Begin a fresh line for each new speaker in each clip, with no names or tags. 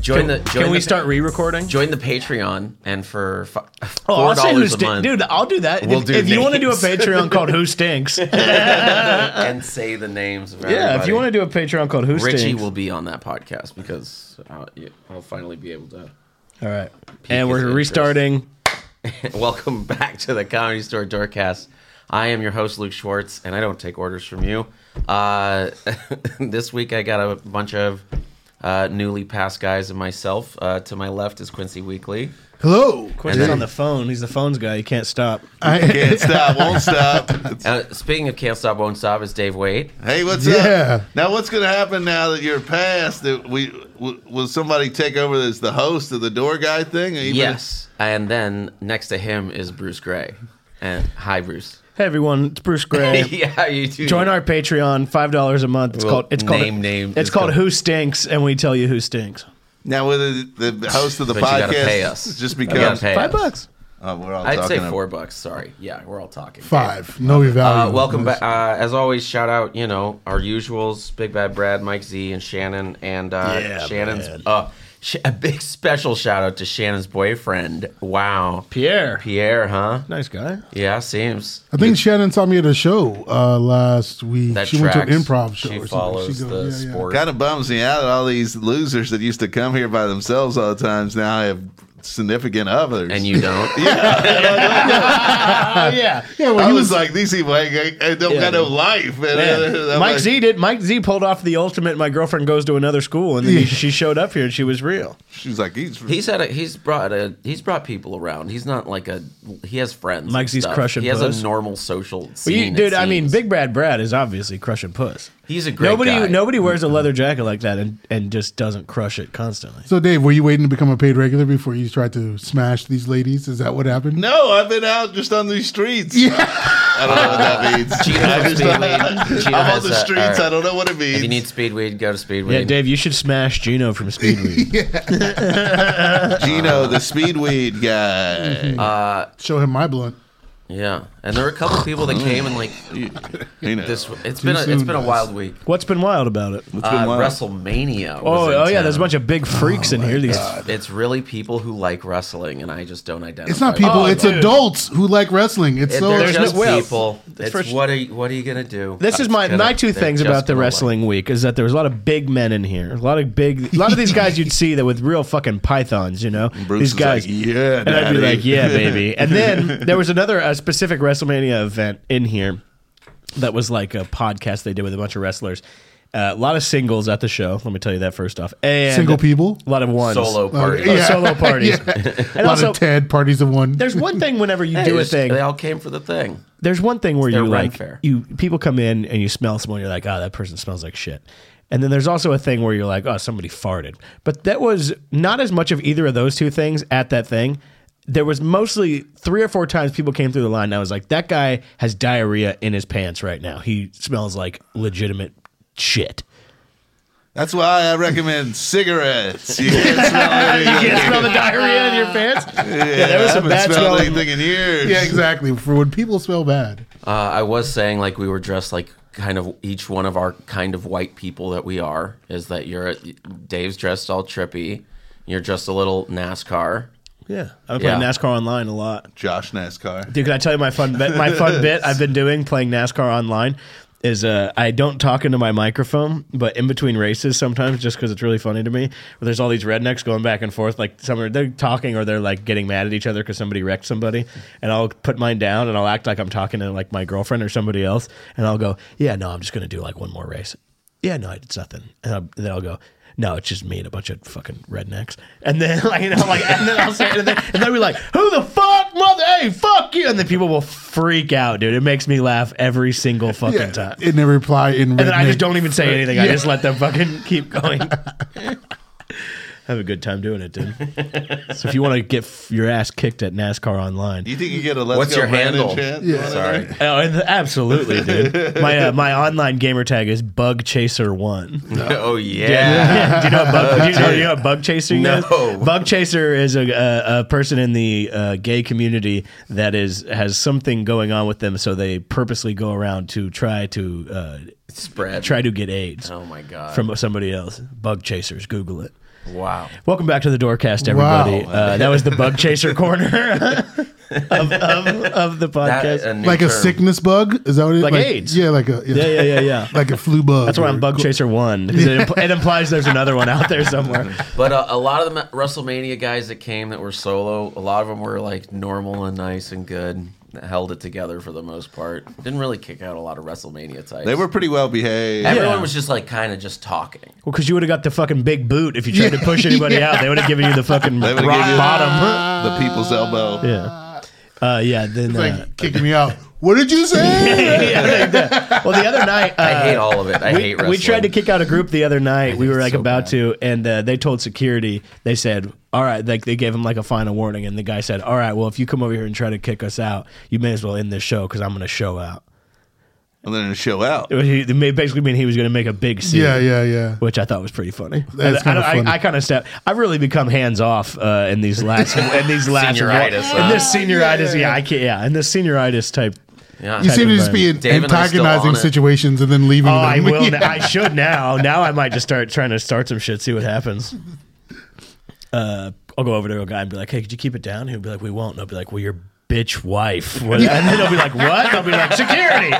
Join the. Join
Can we
the,
start re-recording?
Join the Patreon, and for fi-
Oh,
four
I'll say who
dollars a
stinks,
month,
dude. I'll do that.
We'll
if
do
if you want to do a
names.
Patreon called Who Stinks, yeah.
and say the names. Of
If you want to do a Patreon called Who
Richie
Stinks,
will be on that podcast because I'll, yeah, I'll finally be able to.
all right.
his
And we're
interest.
restarting.
Welcome back to the Comedy Store Doorcast. I am your host Luke Schwartz, and I don't take orders from you. Uh, this week I got a bunch of uh, newly passed guys and myself. Uh, to my left is Quincy Weekly.
Hello.
Quincy's on the phone. He's the phones guy. He can't stop.
I,
Can't stop, won't stop. It's-
Uh, speaking of can't stop, won't stop is Dave Wade.
hey, what's
Yeah.
up? Now, what's going to happen now that you're past? That we w- will somebody take over as the host of the door guy thing? Even-
Yes, and then next to him is Bruce Gray. And hi, Bruce.
Hey everyone, it's Bruce Gray.
yeah, you too.
Join our Patreon, five dollars a month. It's
Well,
called it's called
name, name
It's
is
called
good.
Who Stinks, and we tell you who stinks.
Now, whether the the host of the
But you
podcast
gotta pay us.
just
You gotta
becomes.
pay
Five
us.
bucks.
Oh, we're all
I'd
talking
say
ab-
four bucks. Sorry. Yeah, we're all talking.
five. No
Uh,
value.
welcome back. Uh, as always, shout out, you know, our usuals, Big Bad Brad, Mike Z, and Shannon. And uh,
Yeah,
Shannon's
man.
uh, sh- a big special shout out to Shannon's boyfriend. Wow.
Pierre.
Pierre, huh?
Nice guy.
Yeah, seems.
I think Shannon saw me at a show uh, last week.
That
she went to an
tracks.
improv show.
She
or something.
follows the
yeah, yeah.
sport.
Kind of bums me out that all these losers that used to come here by themselves all the times now have significant others.
And you don't.
Oh yeah.
Yeah, well,
I
he
was,
was like,
like, these people ain't, ain't- don't
Yeah.
got no life. man.
Yeah.
I'm
Mike
like,
e
Z did. Mike Z pulled off the ultimate. My girlfriend goes to another school, and then he- she showed up here, and she was real.
She's like, he's,
He's had a, he's brought a he's brought people around. He's not like a he has friends. and
Mike Z's
stuff.
crushing
He has
puss.
a normal social scene.
Well, you-
it
dude, I mean,
seems.
Big Brad Brad is obviously crushing puss.
He's a great
nobody.
guy.
Nobody wears a leather jacket like that and, and just doesn't crush it constantly.
so Dave, were you waiting to become a paid regular before you tried to smash these ladies? Is that what happened?
No, I've been out just on these streets. I don't know what that means.
Gino
I
has
just-
Speedweed. Gino
I'm on
has,
the
uh,
streets.
all right.
I don't know what it means.
If you need Speedweed, go to Speedweed.
Yeah, Dave, you should smash Gino from Speedweed.
Gino, the speedweed guy.
Show him my blunt.
Yeah, and there were a couple people that came and like
You know.
Mm-hmm. this. It's been a, it's
soon,
been a
guys.
wild week.
What's been wild about it?
It's been
Uh,
wild.
WrestleMania.
Oh,
was in
oh yeah,
town. Oh
there's a bunch of big freaks in here. These
It's really people who like wrestling, and I just don't identify.
It's not people.
Oh,
it's
dude.
adults who like wrestling. It's
It,
so.
they're
There's no-
just
well,
people.
the
It's
first-
what are you, what are you gonna do?
This is my
It's gonna-
my two
they're
things
just
about the
gonna like-
wrestling week is that there was a lot of big men in here, a lot of big, a lot of these guys you'd see that with real fucking pythons, you know,
Bruce
these
is
guys.
like, yeah,
and I'd be
daddy."
like, yeah, baby. And then there was another a specific WrestleMania event in here that was like a podcast they did with a bunch of wrestlers. Uh, a lot of singles at the show. Let me tell you that first off. And
Single people?
A lot of ones.
solo party.
Oh,
Yeah.
Solo parties.
a
And
lot
also,
of Ted parties of one.
there's one thing whenever you
Hey,
do a
just-
thing.
They all came for the thing.
there's one thing where
their
you
run
like
fair.
you people come in and you smell someone you're like oh that person smells like shit and then there's also a thing where you're like oh somebody farted but that was not as much of either of those two things at that thing there was mostly three or four times people came through the line and i was like that guy has diarrhea in his pants right now he smells like legitimate shit
That's why I recommend cigarettes. You can't smell anything.
you smell the diarrhea in your pants yeah there was
I
some
haven't
bad
smelled
smelling
anything in years.
yeah, exactly. For when people smell bad.
Uh, I was saying like we were dressed like kind of each one of our kind of white people that we are is that you're Dave's dressed all trippy, you're just a little NASCAR.
yeah i play
Yeah.
nascar online a lot
Josh NASCAR.
Dude, can I tell you my fun bit? My fun bit I've been doing playing NASCAR online is uh, I don't talk into my microphone, but in between races sometimes, just because it's really funny to me. Where there's all these rednecks going back and forth, like some are they're talking or they're like getting mad at each other because somebody wrecked somebody, and I'll put mine down and I'll act like I'm talking to like my girlfriend or somebody else, and I'll go, yeah, no, I'm just gonna do like one more race. Yeah, no, it's nothing, and, I'll, then I'll go. No, it's just me and a bunch of fucking rednecks. And then, like, you know, like, and then I'll say, and then, and they'll be like, who the fuck, mother? Hey, fuck you. And then people will freak out, dude. It makes me laugh every single fucking
Yeah,
time.
and they reply in.
and then I just don't even say anything. I just let them fucking keep going. Have a good time doing it, dude. so if you want to get f- your ass kicked at NASCAR online,
Do you think you get a let's
What's
go
your
Brandon
handle?
chant?
Yeah.
Sorry.
oh, and absolutely, dude. My uh, my online gamer tag is Bug Chaser One.
oh yeah.
do you know what bug, do you know, do you know what bug chaser
No.
is? Bug chaser is a, a, a person in the uh, gay community that is has something going on with them, so they purposely go around to try to uh,
Spread.
try to get AIDS
Oh my god.
from somebody else. Bug chasers, Google it.
Wow.
Welcome back to the Doorcast, everybody.
Wow.
Uh, that was the bug chaser corner of, of, of the
That
podcast.
is a new
like a
term.
sickness bug? Is that what it is?
Like AIDS.
Yeah, like a yeah,
yeah, yeah, yeah, yeah.
like a flu bug.
That's why I'm
or-
Bug Chaser One. 'cause It, impl- it implies there's another one out there somewhere.
But uh, a lot of the Ma- WrestleMania guys that came that were solo, a lot of them were like normal and nice and good. Held it together for the most part. Didn't really kick out a lot of WrestleMania types.
They were pretty well behaved.
Everyone
Yeah.
was just like kind of just talking.
Well, because you would have got the fucking big boot if you tried to push anybody out. They would have given you the fucking
They
rock
would've gave you-
bottom.
the people's elbow.
Yeah. Uh, yeah. Then.
Like
uh,
kicking me out. What did you say?
yeah, like that. well, the other night, uh,
I hate all of it. I
we,
hate
we
wrestling.
tried to kick out a group the other night. We were
it's
like
so
about
bad.
to, and uh, they told security. They said, "All right," like they gave him like a final warning, and the guy said, "All right, well, if you come over here and try to kick us out, you may as well end this show because I'm going to show out."
And then it show out.
It, was- he- it may basically mean he was going to make a big scene.
yeah, yeah, yeah.
Which I thought was pretty funny.
That's
I,
kinda
I- I-
funny.
I, kind of step. I've really become hands off uh, in these last in these last
Senioritis, uh,
in this
huh?
senioritis. Yeah, I can't. Yeah, in this senioritis type.
Yeah.
You seem to just be in
environment. Dave and I are still
antagonizing
on it.
situations and then leaving
Oh,
them.
I will.
Yeah.
now I should now. Now I might just start trying to start some shit, see what happens. Uh, I'll go over to a guy and be like, "Hey, could you keep it down?" He'll be like, "We won't." And I'll be like, "Well, your bitch wife," and then he'll be like, "What?" And I'll be like, "Security."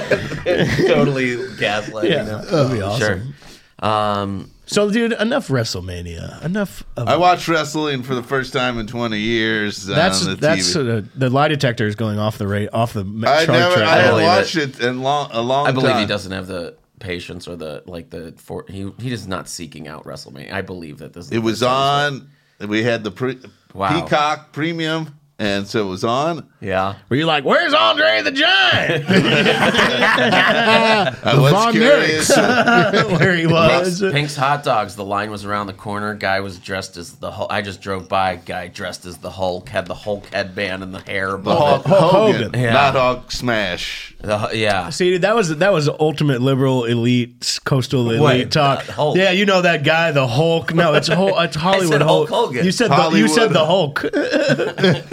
totally gaslighting.
Yeah,
them.
that'd be awesome.
Sure. Um,
So, dude, enough WrestleMania. Enough. Of,
I watched wrestling for the first time in 20 years.
that's
on the
that's uh,
TV.
the lie detector is going off the rate off the m-
I
chart.
never.
track.
I
had-
haven't
believe
watched it in long, a long
I believe
time.
he doesn't have the patience or the like the for he he is not seeking out WrestleMania. I believe that this. is
It was on. We had the pre-
Wow.
Peacock Premium, and so it was on.
Yeah.
Were you like, "Where's Andre the Giant?"
I was
Von
curious.
Where he
Pink's,
was.
Pink's hot dogs. The line was around the corner. Guy was dressed as the Hulk. I just drove by. Guy dressed as the Hulk had the Hulk headband and the hair above
Hulk
it.
Hulk
Hogan,
Hogan.
Yeah.
not Hulk Smash.
The- yeah.
See, dude, that was that was ultimate liberal elite coastal elite
Wait,
talk.
uh, Hulk.
Yeah, you know that guy, the Hulk. No, it's Hulk. It's Hollywood
Hulk Hogan.
You said the, you said the Hulk.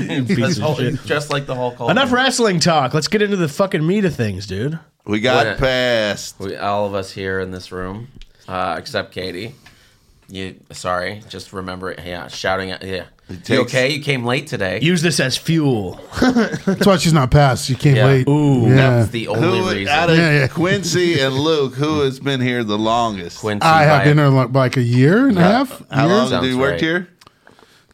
You piece
Because
of
Hulk,
shit.
just like the Hulk. Hogan.
Enough wrestling talk. Let's get into the fucking meat of things, dude.
We got
What a-
past.
We, all of us here in this room, uh, except Katie. You sorry? Just remember it. Yeah, shouting at yeah. you
takes-
okay? You came late today.
Use this as fuel.
That's why she's not passed. She came
Yeah.
late.
Ooh.
yeah.
That's the
Who
only reason.
out of
Yeah, yeah.
Quincy and Luke? Who has been here the longest?
Quincy
I have
by-
been there like, like a year and a half.
How
year?
long did
Sounds
you work
right.
here?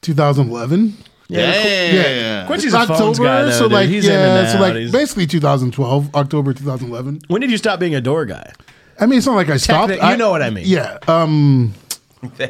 2011.
Yeah.
Quincy's a phones guy, though,
so
dude.
like
He's in
yeah,
and
so
out.
like
He's-
basically 2012, October 2011.
When did you stop being a door guy?
I mean, it's not like I stopped.
you know what I mean.
Yeah, um,
Yeah,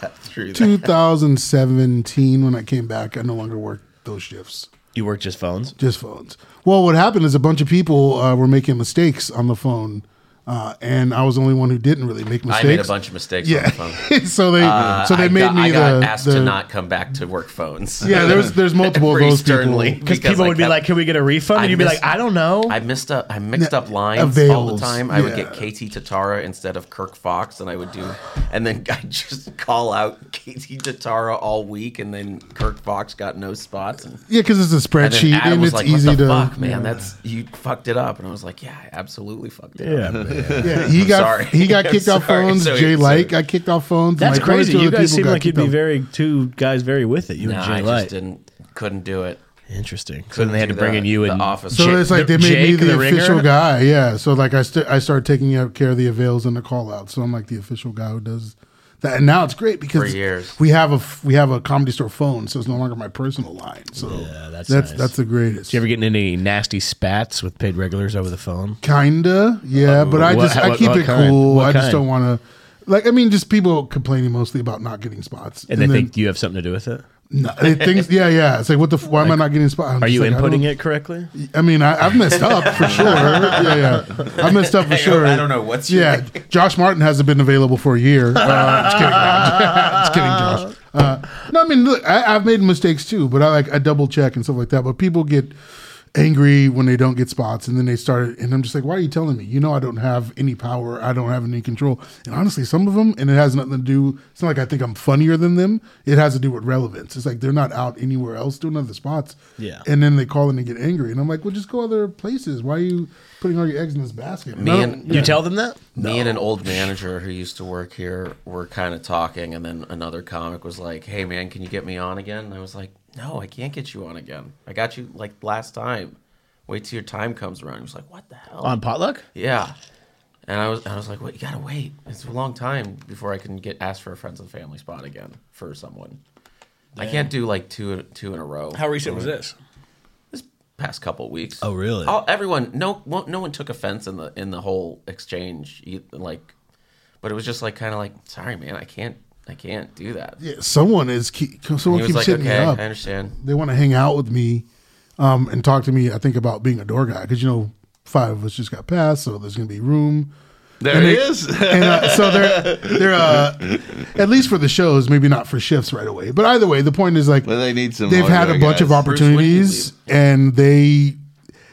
got through that.
2017 when I came back, I no longer worked those shifts,
You worked just phones.
just phones. Well, what happened is a bunch of people uh, were making mistakes on the phone, uh, and I was the only one who didn't really make
I
mistakes.
made a bunch of mistakes on
Yeah,
the phone.
so they
Uh,
so they
I
made
got,
me
I
the,
got asked
the-
to not come back to work phones.
Yeah, there's there's multiple of
Pretty
those people.
sternly.
Because
Because
people
I
would be
kept-
like, "Can we get a refund?"
I
And you'd be
missed-
like, "I don't know."
I missed up. I mixed up lines all the
avails,
time. I would
yeah.
get Katie Tatara instead of Kirk Fox, and I would do, and then I just call out Katie Tatara all week, and then Kirk Fox got no spots. And,
Yeah, because it's a
and then
spreadsheet
Adam
and
was
it's
like,
easy
"What the
to
fuck, man? That's you fucked it up." And I was like, "Yeah, I absolutely fucked it
yeah,
up."
man.
Yeah, he
I'm
got
sorry.
he got
I'm
kicked off
sorry.
phones.
So- uh,
Jay
so-
Like got kicked off phones.
that's
Like, quite a
crazy.
few
You
other
guys
people
seem
got
like you'd
kicked
be
off.
very two guys very with it. You
No,
and Jay
I
Light.
just didn't, couldn't do it.
Interesting. So then they had to
do
bring
that.
in you
The
and
office.
So
Jake-
it's like they
the-
made me
Jake
the,
the Ringer?
official guy. Yeah. So like I st- I started taking care of the avails and the call outs. So I'm like the official guy who does that. And now it's great because
years.
we have a f- we have a comedy store phone, so it's no longer my personal line. So
that's
that's that's,
nice.
the greatest.
You ever getting into any nasty spats with paid regulars over the phone?
Kinda, yeah, but I
Uh, what-
just I
what-
keep
what
it
kind?
cool.
What
I just
kind?
don't want to. Like I mean, just people complaining mostly about not getting spots,
And, they
then-
think you have something to do with it?
No, they think- yeah, yeah. It's like, what the? F- why am I not getting spots?
Are you inputting it correctly?
I mean, I, I've messed up for sure. Yeah, yeah, I messed up for
I don't-
sure.
I don't know what's your-
Yeah, Josh Martin hasn't been available for a year. Uh, just kidding, just kidding, Josh. Uh, no, I mean, look, I, I've made mistakes too, but I like I double check and stuff like that. But people get angry when they don't get spots, and then they started. And I'm just like, why are you telling me? You know, I don't have any power. I don't have any control. And honestly, some of them, and it has nothing to do. It's not like I think I'm funnier than them. It has to do with relevance. It's like they're not out anywhere else doing other spots.
Yeah.
And then they call in and get angry, and I'm like, well, just go other places. Why are you putting all your eggs in this basket?
Me
I
and-
don't-
You tell them that?
Me and an old manager who used to work here were kind of talking, and then another comic was like, "Hey man, can you get me on again?" And I was like, "No, I can't get you on again. I got you like last time. Wait till your time comes around." He was like, "What the hell?"
On potluck?
yeah, and I was I was like, "Wait, you gotta wait. It's a long time before I can get asked for a friends and family spot again for someone. I can't do like two two in a row."
How recent was this?
this past couple weeks.
Oh, really?
All, everyone, no, one- no one took offense in the in the whole exchange. e- Like, but it was just like kind of like, sorry, man, I can't, I can't do that.
Yeah, someone is keep,
he
someone
was
keeps
like,
hitting
okay,
me
I
up.
understand.
they want to hang out with me um, and talk to me. I think about being a door guy because you know five of us just got passed, so there's gonna be room.
There
And
it
they-
is.
And uh, so they're they're uh, at least for the shows, maybe not for shifts right away. But either way, the point is like
Well, they need some
they've had
hardware
a bunch of
guys.
Bruce, when do you
opportunities, and they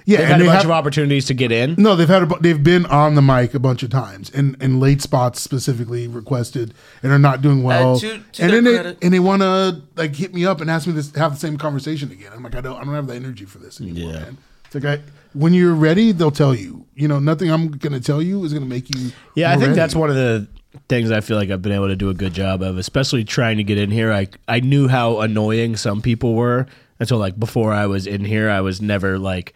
yeah,
They've
and
had a
they
bunch of
have,
opportunities to get in.
no, they've had a, bu- they've been on the mic a bunch of times, and and late spots specifically requested, and are not doing well.
Uh, to- to
and
their
then
credit-
they and they want to like hit me up and ask me this have the same conversation again. I'm like, I don't I don't have the energy for this anymore,
Yeah.
man. It's like I, when you're ready, they'll tell you. You know, nothing I'm gonna tell you is gonna make you.
Yeah, I
more
think
ready.
that's one of the things I feel like I've been able to do a good job of, especially trying to get in here. I I knew how annoying some people were, and so like before I was in here, I was never like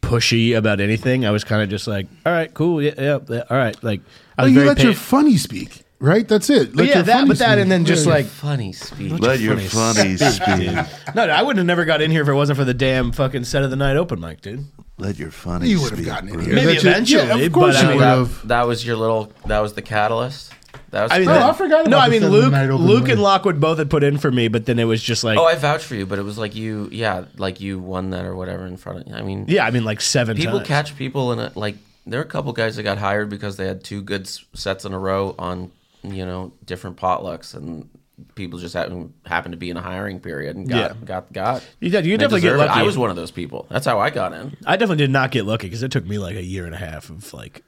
pushy about anything. I was kind of just like, all right, cool, yeah, yeah, yeah, all right. Like I was
Well, Oh, you
very
let your
pa-
funny speak, right? That's it. Let
But yeah,
your
that,
funny
but that,
speak.
and then just
Yeah.
like
Funny speech.
Let your funny speak.
no, no, I wouldn't have never got in here if it wasn't for the damn fucking set of the night open mic, dude.
Let your funny
you would
speak.
have gotten in
Bruce.
here.
Maybe
That's it.
eventually,
yeah, of course
but
you
I-
would have.
That was your little. That was the catalyst. That was.
I mean,
fun.
I forgot
no,
about
I
the
mean
set of the
Luke,
night open
Luke
mic.
and Lockwood both had put in for me, but then it was just like,
oh, I vouch for you, but it was like you, yeah, like you won that or whatever in front of. I mean,
yeah, I mean like seven
people
times.
catch people in a like there are a couple guys that got hired because they had two good s- sets in a row on you know different potlucks and people just happened happened to be in a hiring period and got
Yeah.
got got
You did- you
And they
definitely get
deserve it.
lucky.
I was one of those people. That's how I got in
I definitely did not get lucky because it took me like a year and a half of like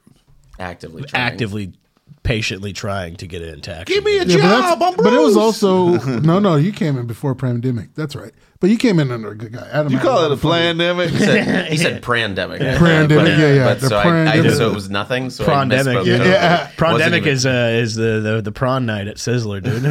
actively. Trying.
actively, patiently trying to get it intact.
Give me a
Yeah,
job.
but,
I'm
that's- but it was
Bruce.
also no, no. You came in before pandemic. That's right. But you came in under a good guy. Adam,
You call it a
plan?
pandemic?
He said, he said pandemic. I think,
Pandemic,
but-
yeah, yeah,
But
the
so, I, I,
pandemic.
so it was nothing. So I
Prondemic,
misspoke
yeah,
totally.
yeah.
Wasn't
Prondemic
even-
is uh, is the, the the prawn night at Sizzler, dude.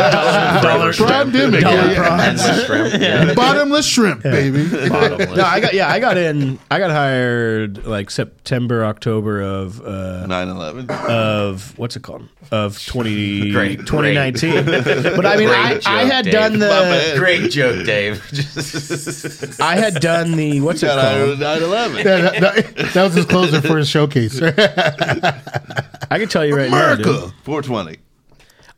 dollar,
Pandemic,
dollar
yeah, yeah.
and
prawns.
shrimp, yeah.
Bottomless shrimp, baby.
No,
Bottomless.
I got yeah, I got in. I got hired like September, October of uh,
9/11.
of what's it called of 20,
Great,
2019. But I mean,
Great
I, I
joke,
had
Dave.
done
My
the
bad.
Great joke, Dave. Just-
I had done the what's it
Got
called.
hired with 9/11.
Yeah, that, that- that was his closer for his showcase.
I can tell you right now, dude.
America. 420.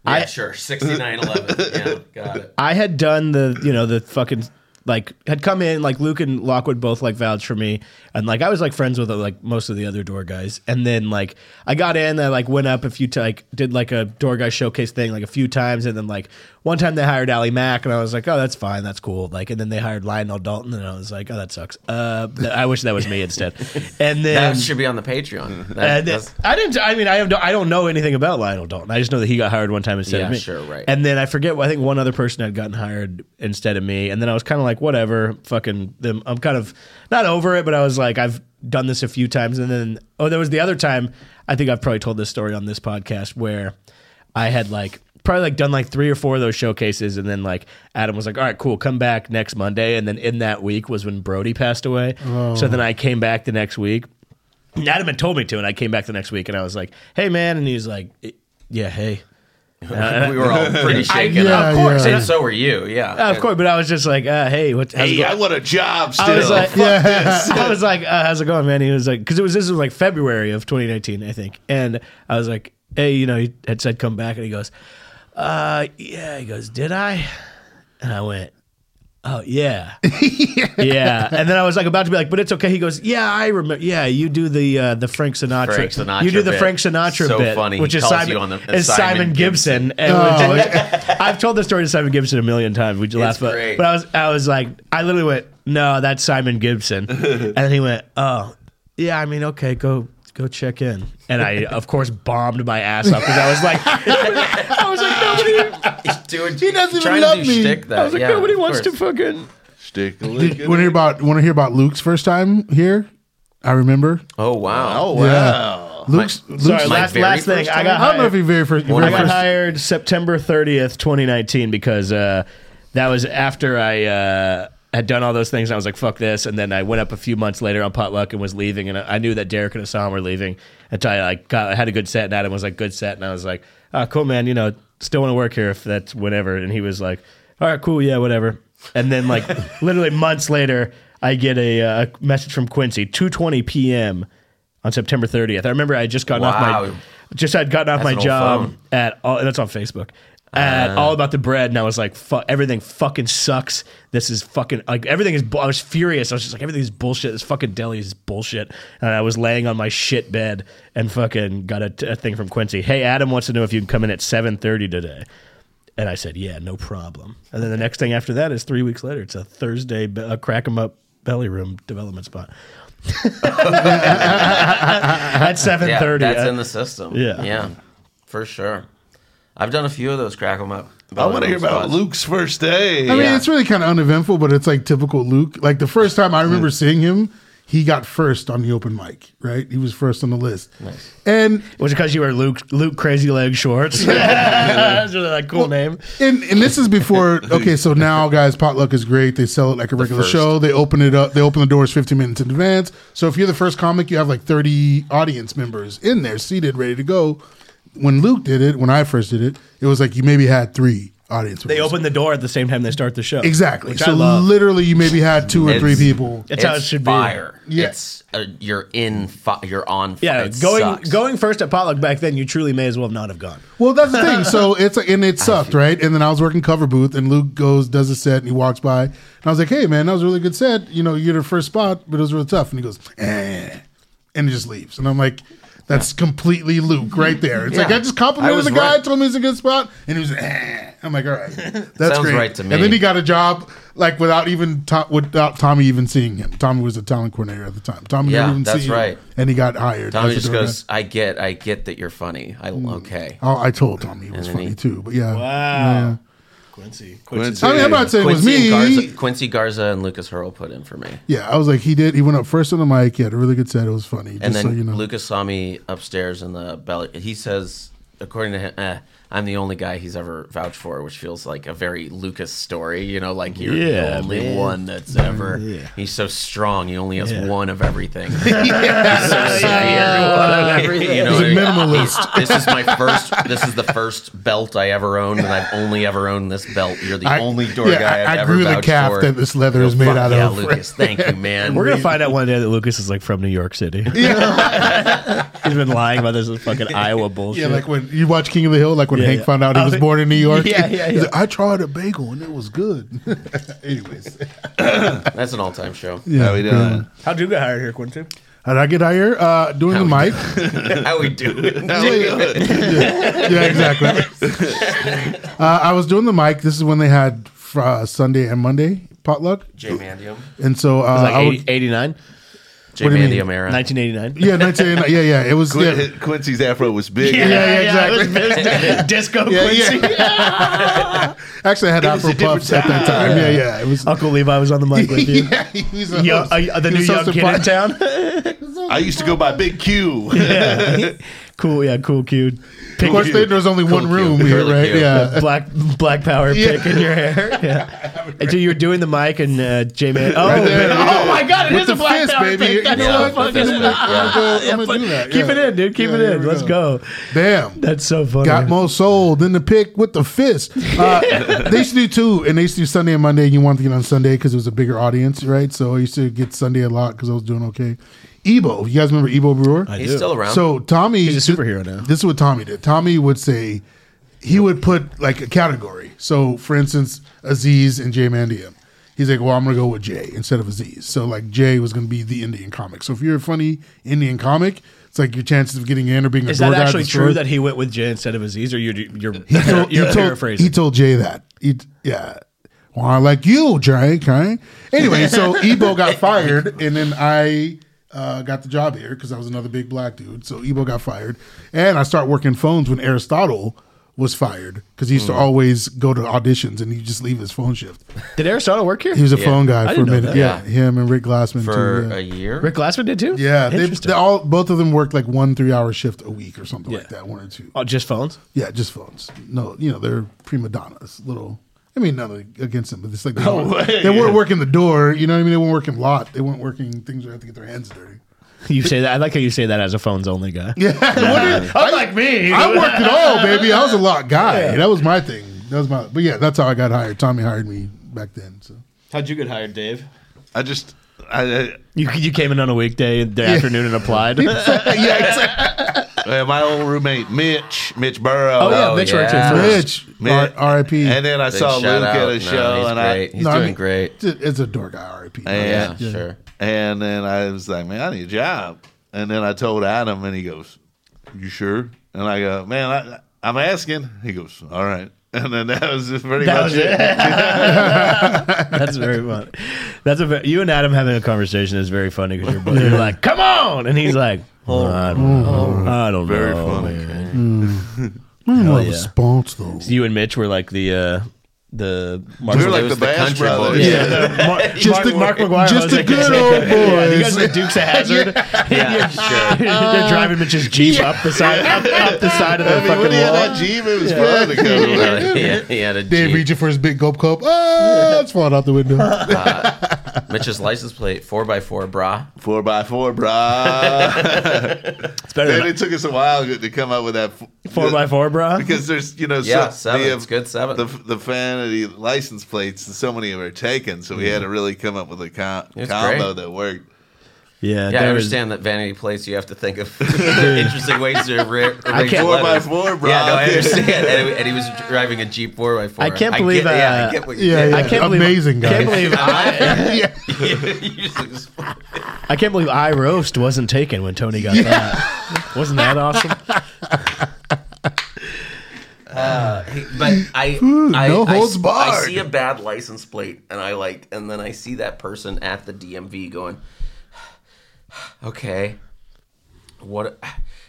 yeah, sure. Sixty nine eleven. Yeah, got it.
I had done the, you know, the fucking like had come in like Luke and Lockwood both like vouched for me, and like I was like friends with uh, like most of the other door guys, and then like I got in, I like went up a few t- like did like a door guy showcase thing like a few times, and then like one time they hired Ali Mack, and I was like, oh that's fine, that's cool, like, and then they hired Lionel Dalton, and I was like, oh that sucks, uh, th- I wish that was me instead, and then.
That should be on the Patreon. That-
and then-
that's-
I didn't. I mean, I have. I don't know anything about Lionel Dalton. I just know that he got hired one time instead
Yeah,
of me.
sure, right.
And then I forget. I think one other person had gotten hired instead of me. And then I was kind of like, whatever, fucking them. I'm kind of not over it, but I was like, I've done this a few times. And then oh, there was the other time. I think I've probably told this story on this podcast where I had like probably like done like three or four of those showcases and then like adam was like all right cool come back next monday and then in that week was when brody passed away so then i came back the next week and Adam had told me to, and I came back the next week, and I was like, "Hey, man," and he's like, "Eh, "Yeah, hey."
Uh,
we were all pretty shaken
yeah,
up.
Of course. yeah.
And so were you, yeah.
Uh, of course, but I was just like, uh, "Hey, what?" how's it
Hey,
going?"
I want a job still.
I was like,
Yeah.
I was like, uh, "How's it going, man?" He was like, "Cause it was this was like February of 2019, I think," and I was like, "Hey, you know," he had said, "Come back," and he goes, "Uh, yeah," he goes, "Did I?" And I went, oh yeah. yeah. And then I was like about to be like, but it's okay. He goes, yeah, I remember. Yeah, you do the uh, the Frank Sinatra.
Frank Sinatra
You do the
bit.
Frank Sinatra
So
bit,
funny. He
which is
calls
Simon,
you on the- Oh,
is Simon Gibson. And which is- I've told the story to Simon Gibson a million times. We laughed, but,
great.
but I was I was like, I literally went, no, that's Simon Gibson, and then he went, oh, yeah, I mean, okay, go. Go check in, and I of course bombed my ass off because I was like, I was like, nobody,
Dude,
He doesn't even
trying
love
to do
me.
shtick, though.
I was like,
Uh, yeah,
nobody
of
wants to
course.
fucking.
Stick a
Want
lick
to
in it.
hear about Want to hear about Luke's first time here? I remember
Oh wow.
Oh, wow.
Luke's. Luke's
Sorry,
My
last
very
last thing.
first
I got
I don't know
hired.
if he very first.
One
I
very
of
got
first
hired September 30th, 2019, because uh, that was after I uh, had done all those things. And I was like, fuck this. And then I went up a few months later on potluck and was leaving. And I I knew that Derek and Assam were leaving until I like, got, I had a good set. And Adam was like, good set. And I was like, oh, cool, man. You know, still want to work here if that's whatever. And he was like, all right, cool. Yeah, whatever. And then, like, literally months later, I get a, uh, a message from Quincy, 2.20 p.m. on September 30th. I remember I had just gotten off
Wow.
my just had gotten
That's
off
Ah.
my
an old
job
phone.
at all, and that's on Facebook. At all about the bread, and I was like, "Fuck, everything fucking sucks. This is fucking like everything is." bu- I was furious. I was just like, "Everything is bullshit. This fucking deli is bullshit." And I was laying on my shit bed and fucking got a, t- a thing from Quincy. Hey, Adam wants to know if you can come in at seven thirty today. And I said, "Yeah, no problem." And then the next thing after that is three weeks later. It's a Thursday, be- a crack 'em up belly room development spot at seven
Yeah,
thirty. uh,
that's in the system.
Yeah.
Yeah. For sure. I've done a few of those crack 'em up.
I want to hear about
Spots.
Luke's first day.
I mean,
Yeah.
it's really kind of uneventful, but it's like typical Luke. Like the first time I remember seeing him, he got first on the open mic, right? He was first on the list. And
Was it because you were Luke Luke Crazy Leg Shorts? That's really like cool name.
and and this is before okay, so now guys, potluck is great. They sell it like a regular
first.
show. They open it up, they open the doors 15 minutes in advance. So if you're the first comic, you have like 30 audience members in there seated, ready to go. When Luke did it, when I first did it, it was like you maybe had three audience members.
They open the door at the same time they start the show.
Exactly.
Which I
So
love.
literally you maybe had two or three
It's-
people.
That's how it should be.
Fire.
Yeah.
It's uh, you're in. Fi- you're on. Fi-
yeah,
it
going
sucks.
going first at potluck back then, you truly may as well not have gone.
Well, that's the thing. So it's like, and it sucked, right? And then I was working cover booth, and Luke goes, does a set, and he walks by, and I was like, "Hey, man, that was a really good set. You know, you're the first spot, but it was really tough." And he goes, "Eh," and he just leaves, and I'm like. That's completely Luke right there. It's like
Yeah.
I just
I
complimented
was
the guy,
right.
told him it's a good spot, and he was. Eh. I'm like, all right, that's
Sounds
great.
right to me.
And then he got a job like without even to- without Tommy even seeing him. Tommy was the talent coordinator at the time. Tommy
Yeah,
didn't even
that's
see him,
right.
and he got hired.
Tommy
That's
just
what they're
goes. I get. I get that you're funny. I
Mm.
okay.
gonna- Oh, I told Tommy it was
then he-
funny too, but yeah.
Wow. Quincy.
Quincy.
I mean, I'm not saying it was
Quincy,
me.
and Garza, Quincy Garza and Lucas Hurl put in for me,
Yeah, I was like, he did. He went up first on the mic. He had a really good set. It was funny. Just
and
so
then
you know.
Lucas saw me upstairs in the belly. He says, according to him, eh, I'm the only guy he's ever vouched for, which feels like a very Lucas story. You know, like you're
Yeah,
the only
man.
one that's ever. He's so strong. He only has
Yeah.
one of everything. He's so severe. You know
He's a
what I mean?
minimalist.
He's- this is my first. This is the first belt I ever owned, and I've only ever owned this belt. You're the only door
yeah,
guy I've
I, I
ever
grew the
vouched
calf
for.
that this leather is made
Fuck
out
yeah,
of.
Lucas. Thank you, man.
We're gonna find out one day that Lucas is like from New York City. He's been lying about this fucking Iowa bullshit.
Yeah, like when you watch King of the Hill, like when
Yeah,
Hank
yeah.
found out he
Oh,
was born in New York.
yeah, yeah,
He's
yeah.
like, I tried a bagel and it was good. Anyways,
That's an all-time show.
How we doing?
How'd you get hired here, Quincy?
How did I get hired? Uh, doing the mic.
How we doing?
How we doing?
yeah, exactly. uh, I was doing the mic. This is when they had fr- uh, Sunday and Monday potluck,
J Mandium.
and so uh,
Like
I would-
80, 89?
J
do you mean?
Mandium era.
1989?
yeah, 19, yeah, yeah. It was yeah.
Quin- Quincy's afro was big.
yeah,
exactly. Disco Quincy.
yeah. Actually, I had
was a
Afro
different
Puffs at that time. Yeah, yeah. It was.
Uncle Levi was on the mic with you.
yeah, he was a
Yo-
host.
uh, the
He
new
was
young
hosted
kid
by-
in town.
I used to go by Big Q.
Yeah. cool, yeah, cool, cute.
Of course,
Cute.
there was only one
Cool
room
cute.
here,
Really
right?
cute.
Yeah.
Black black power pick in your hair. Yeah. And so you were doing the mic and uh, J Man. Oh, man.
there, yeah.
oh my god, it is
With the
a black
fist,
power
baby.
pick.
You
That's
know
so
what?
fucking
That's
a-
I'm gonna- I'm gonna
Yeah,
do that.
Keep
Yeah.
it in, dude. Keep
Yeah,
it
here
in.
we
Let's go.
Damn.
That's so funny.
Got more soul than the pick with the fist. Uh, they used to do two, and they used to do Sunday and Monday. And you wanted to get on Sunday because it was a bigger audience, right? So I used to get Sunday a lot because I was doing okay. Ebo, you guys remember Ebo Brewer?
I
He's
do.
still around.
So Tommy,
He's a superhero now.
This is what Tommy did. Tommy would say he would put like a category. So, for instance, Aziz and Jay Mandium. he's like, well, I'm gonna go with Jay instead of Aziz. So like Jay was gonna be the Indian comic. So if you're a funny Indian comic, it's like your chances of getting in or being a
Is that
DoorDash
actually true
destroyed.
that he went with Jay instead of Aziz, or you're you're,
he told,
you're
he, told,
paraphrasing?
he told Jay that. He, yeah. Well, I like you, Jay. Okay. Anyway, so Ebo got fired, and then I uh, got the job here because I was another big black dude. So Ebo got fired, and I start working phones when Aristotle was fired because he used
Mm.
to always go to auditions and he just leave his phone shift.
Did Aristotle work here?
He was a phone guy
I
for a
didn't know
minute.
that.
Yeah, him and Rick Glassman
for
too.
a
Yeah.
year.
Rick Glassman did too.
Yeah, they,
Interesting.
they all both of them worked like one three hour shift a week or something like
Yeah.
that, one or two.
oh, just phones.
Yeah, just phones. No, you know they're prima donnas. Little, I mean, nothing against them, but it's like they, weren't,
way.
they weren't working the door. You know what I mean? They weren't working lot. They weren't working things where they have to get their hands dirty.
You say that. I like how you say that as a phones only guy.
Yeah, what did-
Unlike me,
I worked it all, baby. I was a lot guy. That was my thing. That was my. But yeah, that's how I got hired. Tommy hired me back then. So
How'd you get hired, Dave?
I just, I,
You, you came in on a weekday, the afternoon, and applied.
yeah, exactly.
I, Uh, my old roommate Mitch, Mitch Burrow.
Oh yeah,
Oh,
Mitch worked
yeah.
here first.
Mitch, R- R.I.P.
And then I
Big
saw Luke
shout
at
out.
a
No,
show,
he's
and
great.
I
He's
No, I
doing
mean,
great.
It's a, it's a door guy. R.I.P.
Yeah,
Yeah.
sure.
and then I was like, man, I need a job. And then I told Adam, and he goes, "You sure?" And I go, "Man, I, I'm asking." He goes, "All right." And then that was just pretty
That
much
was
it.
That's very fun. That's a ve- you and Adam having a conversation is very funny because you're, both- you're like, "Come on," and he's like, oh, "I don't know." I don't
Oh. Very
know.
funny.
I'm not
yeah.
responsible.
You and Mitch were like the uh, the Mark
We were
It
like
was
the
the
Bash
country
Brothers.
boys.
Yeah.
Mar-
Just the- just
Jose
the good
Canseco.
old
Yeah, you
boys.
guys are the Dukes of Hazard.
Yeah, sure.
They're driving Mitch's jeep up the side up, up the side of the
I mean, when
fucking
he had
wall.
that Jeep, it was fun to go.
He had a- he had- he had a
Dave
Jeep.
reaching for his big gulp cup. Ah, it's falling out the window.
Mitch's license plate, 4x4 bra.
Four by four, brah.
It's better
and
than
it took us a while to come up with that f-
four by four, bro.
because there's you know
Yeah,
so,
seven.
the,
It's good seven.
the the vanity license plates and so many of them are taken so we had to really come up with a com-
Mm-hmm. It's
combo
great.
that worked
Yeah,
Yeah,
I
there was-
understand that vanity plates. You have to think of interesting ways to re- I
can't-
four by four bro
Yeah, no, I understand. And, he- and he was driving a Jeep 4x4.
I can't
get,
believe,
Yeah, I
uh,
get what you
Yeah,
did.
yeah.
I can't believe-
amazing guys.
Can't believe I,
You just-
I can't believe I roast wasn't taken when Tony got that. Wasn't that awesome?
but I, I,
no
I,
holds
I
barred.
see a bad license plate, and I like, and then I see that person at the DMV going, "Okay, what?"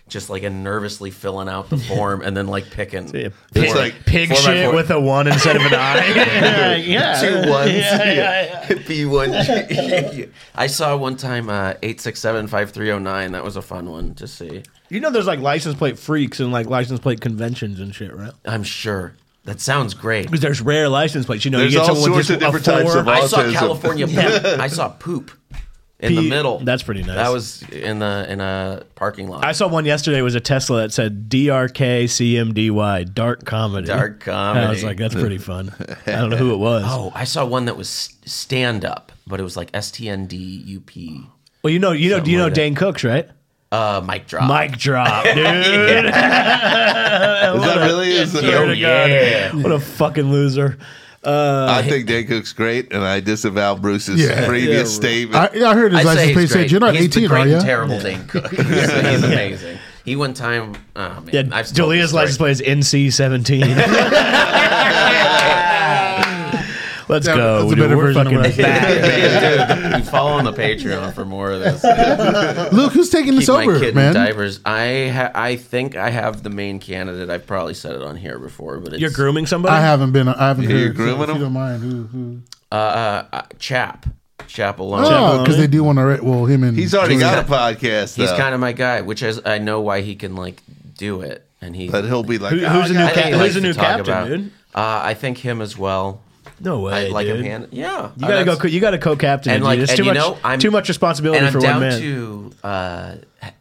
Just like and nervously filling out the form, and then like picking.
Pig,
It's like
pig
four by
shit
four.
with a one instead of an eye. yeah,
Two ones.
Yeah, yeah, yeah.
B one. I saw one time uh, eight six seven five three zero nine. That was a fun one to see.
You know, there's like license plate freaks and like license plate conventions and shit, right?
I'm sure that sounds great.
Because there's rare license plates. You know,
There's
you get
all
someone with
sorts
just
of different
a
types
four.
of
I saw
autism.
California. Poop. I saw poop in the
Pee-
middle.
that's pretty nice.
That was in the in a parking lot.
I saw one yesterday. It was a Tesla that said DRKCMDY, dark comedy.
Dark comedy.
I was like, that's pretty fun. I don't know who it was.
oh, I saw one that was stand up, but it was like S T N D U P.
Well, you know, you know, do you know
like that.
Dane Cooks, right?
Uh, mic drop.
Mic drop, dude.
is that really is
Yeah.
Swear
that,
to God. What a fucking loser.
I think Dan Cook's great and I disavow Bruce's
Yeah.
previous statement
I, I heard his
I say
license
he's
plate
great.
said, "You're not
he's
18,
the great
are you?"
and terrible Dane Cook. He's, he's amazing. He one time. Oh man,
Yeah,
I've told this
Dalia's
story.
license plate is NC seventeen. Let's
Yeah,
go.
that's a
dude.
better
We're
version of
fucking
what I
back.
Yeah, dude, follow on the Patreon for more of this.
Look who's taking this
Keep my
over,
kid
man.
in divers. I ha- I think I have the main candidate. I've probably said it on here before, but it's
You're grooming somebody.
I haven't been. I haven't
You're
heard. so
grooming
if you
him?
don't mind, who? who?
uh, uh, uh, Chap Chap alone.
Oh, because
Maloney?
they do want to. Write, well, him and
he's already got a podcast
He's
though,
kind of my guy, which is I know why he can like do it, and he.
but he'll be like
Who-
"Oh,
who's the
I
new
I
got-
think he
Who's
likes
the
to
new
talk
captain,
about-
dude?
Uh, I think him as well.
no way.
I like
dude.
him. hand- yeah, Uh,
You gotta go. co- You gotta co-captain.
and
And
like,
it's
and
too
you
much.
know, I'm
too much responsibility
and I'm
for
down
one man.
to uh,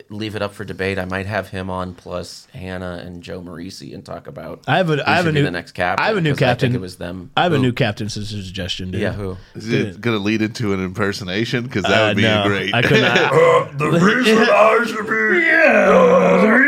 leave it up for debate. I might have him on plus Hannah and Joe Marisi and talk about.
I have a-
who
I have a
should be
new-
the next captain.
I have a new
'cause
captain.
think it was them.
I have a
Who?
new captain su- suggestion, dude.
Yeah, who?
is it going to lead into an impersonation because that
Uh,
would be
no,
great
I could not.
the reason I should be
the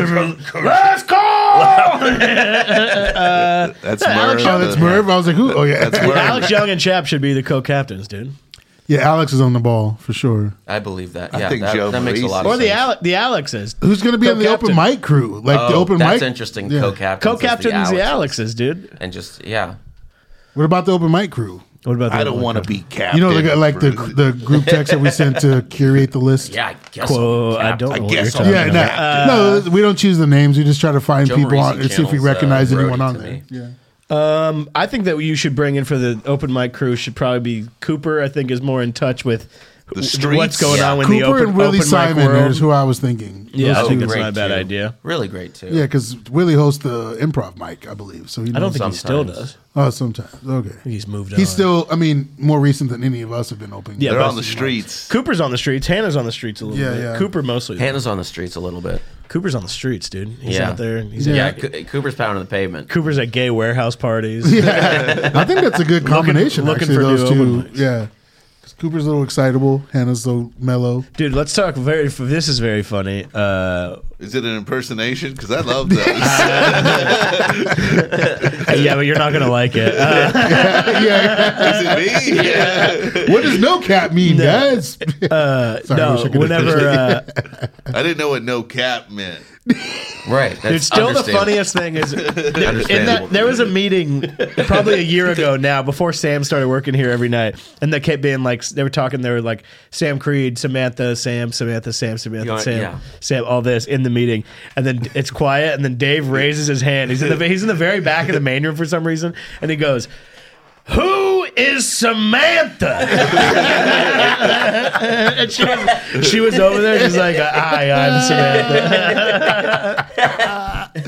reason. last call.
That's Merv.
Oh, that's Merv. I was like, who? Oh yeah,
That's Merv.
Alex Young and Chap should be the co-captains, dude.
yeah. Alex is on the ball for sure.
I believe that.
I
Yeah,
think
that,
Joe
that makes a lot
Maurice
of
Or
is-
sense.
the Ale- the Alexes.
Who's going to be on the open
Co-captain.
mic crew? Like the
Oh,
open
that's
mic.
interesting.
Yeah.
Co-captains,
Co-captains,
is
the
the Alex.
Alexes, dude.
and just yeah,
What about the open mic crew?
What about? The
I don't
other
want to
one?
be captain.
You know, like, like the
Bruce.
the group text that we sent to curate the list.
yeah. I guess.
Quo- I don't
I
know what
guess
you're
I'll-
talking
Yeah,
about.
no, no, we don't choose the names. We just try to find
Uh, Joe
people
Maurice
on and see if we
channels,
recognize
uh,
anyone
Brody
on
to
there.
me.
Yeah.
Um, I think that you should bring in for the open mic crew should probably be Cooper. I think is more in touch with
The
what's
streets.
going
Yeah.
on with the
Cooper
open,
and Willie
open
Simon
mic world.
is who I was thinking.
yeah, I
Those
think
two.
that's not a bad
too.
idea.
Really great too.
yeah, because Willie hosts the improv mic, I believe. So he knows
I don't think he still
Sometimes.
does.
Oh, sometimes. Okay.
He's moved
He's
on.
still, I mean, more recent than any of us have been opening.
Yeah,
They're
but-
on the streets.
Cooper's on the streets. Hannah's on the streets a little
Yeah,
bit.
yeah.
Cooper mostly.
Hannah's on the streets a little bit.
Cooper's on the streets, dude. He's
Yeah.
out there. and He's
Yeah,
yeah.
Coo- Cooper's pounding the pavement.
Cooper's at gay warehouse parties.
I think that's a good combination.
looking
actually,
for new
those two.
open mics.
Yeah. 'Cause Cooper's a little excitable. Hannah's a little mellow.
Dude, let's talk. Very. This is very funny. Uh,
Is it an impersonation? Because I love those.
yeah, but you're not gonna like it. Uh,
yeah.
Is it me? Yeah.
What does no cap mean, guys? Sorry, I
no,
wish I could've finished
whenever.
it.
Uh,
I didn't know what no cap meant.
Right. That's
Dude, still the
understandable.
funniest thing is in
Understandable.
that, there was a meeting probably a year ago now before Sam started working here every night, and they kept being like they were talking. They were like Sam Creed, Samantha, Sam, Samantha, Sam, Samantha,
Yeah,
Sam,
yeah.
Sam, all this in the meeting, and then it's quiet, and then Dave raises his hand. He's in the he's in the very back of the main room for some reason, and he goes. Who is Samantha? and she was, she was over there. She's like, "Hi, I'm Samantha."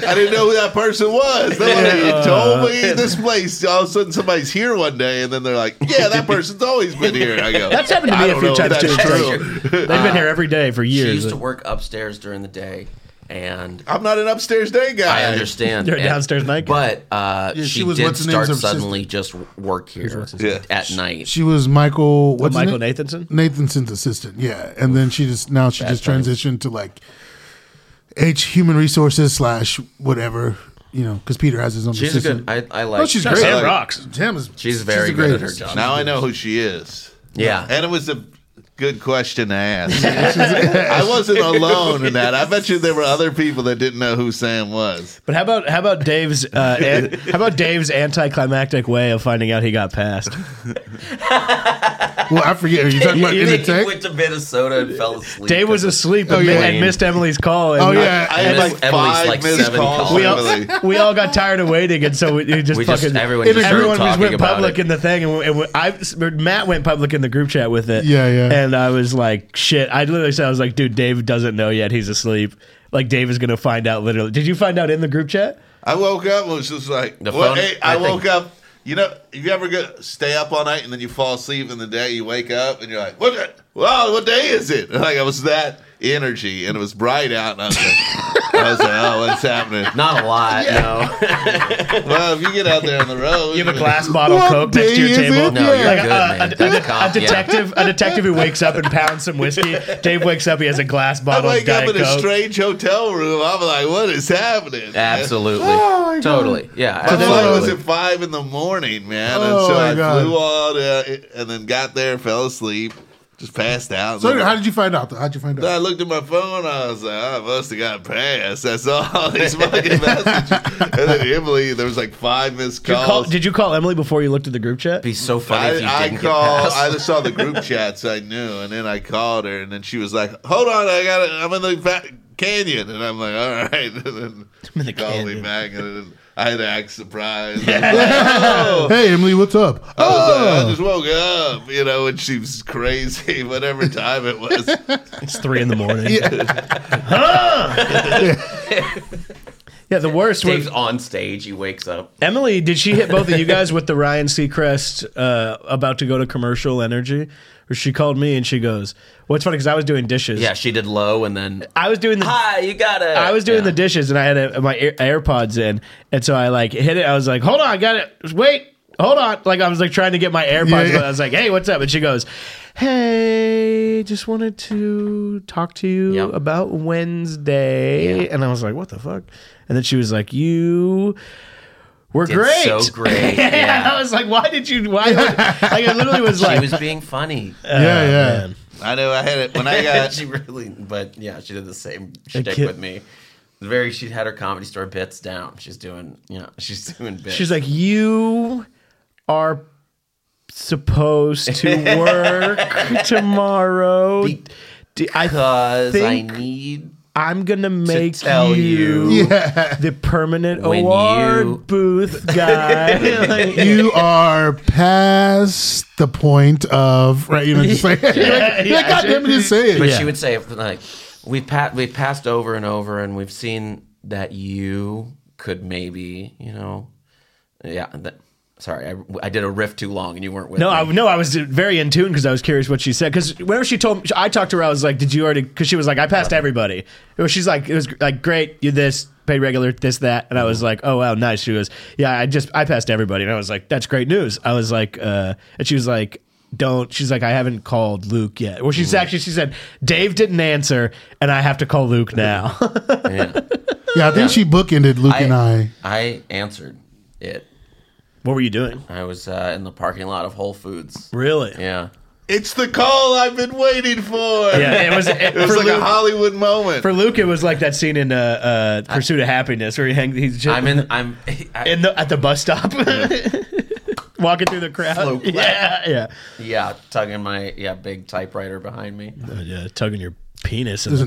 I didn't know who that person was. Nobody told me this place. All of a sudden, somebody's here one day, and then they're like, "Yeah, that person's always been here." I go,
That's happened to
I
me a
don't
few
know if
times too.
That's true.
They've been here every day for
She
years.
used to work upstairs during the day, and
I'm not an upstairs day guy.
I understand.
You're a
And-
downstairs night guy.
But uh,
Yeah,
she,
she was
did
what's the
start
name's
suddenly just work here
assistant. Yeah.
at night.
She was Michael. What's his
Michael
name?
Nathanson.
Nathanson's assistant. Yeah, and then she just now she just transitioned to like H human resources slash whatever you know because Peter has his own.
she's a good.
assistant.
I, I like.
oh, she's
I
great.
like-
rocks.
Tam is,
She's very good at her
greatest.
job.
Now I know who she is.
Yeah.
and it was a good question to ask. I wasn't alone in that. I bet you there were other people that didn't know who Sam was.
But how about how about Dave's uh, an, how about Dave's anticlimactic way of finding out he got passed?
Well, I forget. Are you talking about
You
in the
He went
tech?
to Minnesota and fell asleep.
Dave was
'cause
asleep
Oh,
and, mi-
yeah.
and missed Emily's call. And
Oh
we-
yeah,
I had
Miss-
like
Uh, Emily's
five
like
missed
seven
calls.
calls.
We all,
Emily.
we all got tired of waiting, and so we, we just
We just-
fucking
everyone just started
everyone just
talking
went
about
public
it.
in the thing, and, we, and we, I Matt went public in the group chat with it.
Yeah, yeah.
And I was like, shit. I literally said, I was like, dude, Dave doesn't know yet. He's asleep. Like Dave is gonna find out. Literally, did you find out in the group chat?
I woke up and was just like,
The
well,
phone-
hey, I,
I think-
woke up. You know, you ever go stay up all night and then you fall asleep in the day you wake up and you're like, what? the- Well, what day is it? And like I was that energy and it was bright out and I was like, I was like, oh, what's happening?
Not a lot,
Well, if you get out there on the road,
You have a glass bottle
What
of Coke next to
day
your
is
table.
it?
no. No,
Yeah.
you're
Like
good,
a,
man.
a-
That's
Uh, a-
cop,
a
yeah.
detective, a detective who wakes up and pounds some whiskey. Dave wakes up, he has a glass
I
bottle of
wake up
Diet
in a
Coke.
strange hotel room. I'm like, what is happening?
Absolutely.
Oh
my God.
totally. Yeah.
My flight was
Absolutely.
at five in the morning, man,
Oh,
and so
my
I
God.
flew all the, and then got there, fell asleep, just passed out.
So
Then-
how did you find out? Though? How'd you find
I
out?
looked at my phone. I was like, oh, I must have got passed. That's all these fucking messages. And then Emily, there was like five missed
Did you, call,
calls.
did you call Emily before you looked at the group chat?
It'd be so funny if you
I, I
didn't
called.
get
I
past.
just saw the group chats. I knew, and then I called her, and then she was like, "Hold on, I got. I'm in the fa- canyon," and I'm like, "All right." And then
in the
she called me
canyon.
back, and then I had to act surprised.
Oh.
Hey Emily, what's up?
I
Oh,
was like, I just woke up, you know, and she was crazy, whatever time it was.
It's three in the morning. yeah. yeah, the worst was
Dave's on stage. He wakes up.
Emily. Did she hit both of you guys with the Ryan Seacrest uh, about to go to commercial energy? Or she called me and she goes, "Well, it's funny because I was doing dishes.
Yeah, she did low and then.
I was doing the
Hi, you got it.
I was doing the dishes and I had a, my Air- AirPods in, and so I like hit it. I was like, "Hold on, I got it. Wait, hold on." Like I was like trying to get my AirPods,
Yeah, yeah.
but I was like, "Hey, what's up?" And she goes, "Hey, just wanted to talk to you
Yep.
about Wednesday,"
Yeah.
and I was like, "What the fuck?" And then she was like, "You." were
Did
great.
so great, yeah.
I was like, why did you? Why? Like, I literally was
She
like,
was being funny.
yeah, yeah.
I know I had it when I uh, got
she really, but yeah, she did the same shtick
kid-
with me. Very, she had her comedy store bits down. She's doing, you know, she's doing bits.
She's like, you are supposed to work tomorrow. D- I
because I
think-
need
I'm gonna make
tell
you,
you
the permanent
when
award
you-
booth guy. Like,
You are past the point of right. You know, just like, yeah, God damn it, just say it.
But
Yeah.
she would say like, "We pat, we passed over and over, and we've seen that you could maybe, you know, yeah." That, sorry, I, I did a riff too long, and you weren't with
No,
me.
I, no, I was very in tune because I was curious what she said. Because whenever she told me, I talked to her, I was like, "Did you already?" Because she was like, "I passed everybody." It was, she's like, "It was like great, you this paid regular, this that," and I was like, "Oh wow, nice." She was, "Yeah, I just I passed everybody," and I was like, "That's great news." I was like, uh, and she was like. Don't she's like I haven't called Luke yet. Well, she's actually she said Dave didn't answer, and I have to call Luke now.
Yeah.
yeah, I think she bookended Luke and
I
I.
I answered it.
what were you doing?
I was uh, in the parking lot of Whole Foods.
Really? Yeah,
Yeah.
it's the call I've been waiting for.
it was. It,
It was
for
like
Luke-
a Hollywood moment.
For Luke, it was like that scene in uh, uh, Pursuit of Happiness where he hang, he's just
I'm in. I'm. I,
in the at the bus stop, walking through the crowd.
Slow clap.
yeah, yeah,
yeah, tugging my yeah big typewriter behind me.
Uh, yeah, tugging your penis in
There's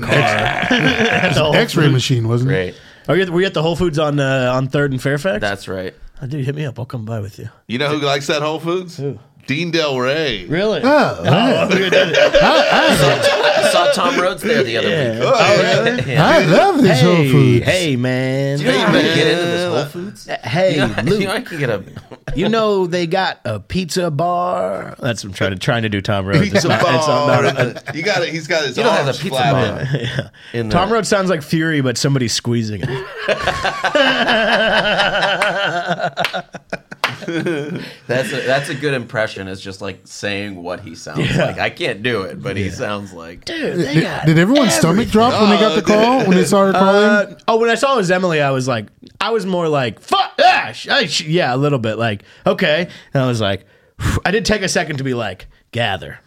an X-ray machine, wasn't it?
Great.
Are you? Were you at the Whole Foods on uh, on Third and Fairfax?
That's right.
oh, dude. Hit me up. I'll come by with you.
you know who likes that Whole Foods? Dean Del Rey.
Really?
Oh, yeah.
I saw Tom Rhodes there the other week.
Oh, really?
Yeah.
I love this Whole
Hey,
Foods.
hey, man.
You know you can get into this Whole Foods.
Hey,
You know,
Luke.
you know I can get a
You know they got a pizza bar. That's what I'm trying to trying to do. Tom Rhodes. It's
Pizza
not- it's
bar.
not-
you got it. He's got his
You don't have a
arms
pizza
flapping.
bar. in the,
Tom Rhodes sounds like Fury, but somebody's squeezing him.
That's a, that's a good impression. Is just like saying what he sounds
Yeah.
like. I can't do it, but he sounds like.
Dude, they
Did,
got
did everyone's stomach drop when they got the call? When they saw her calling?
Uh, oh, when I saw it was Emily, I was like, I was more like, fuck, ah, sh- ah, sh- yeah, a little bit, like, okay. And I was like, phew. I did take a second to be like, gather,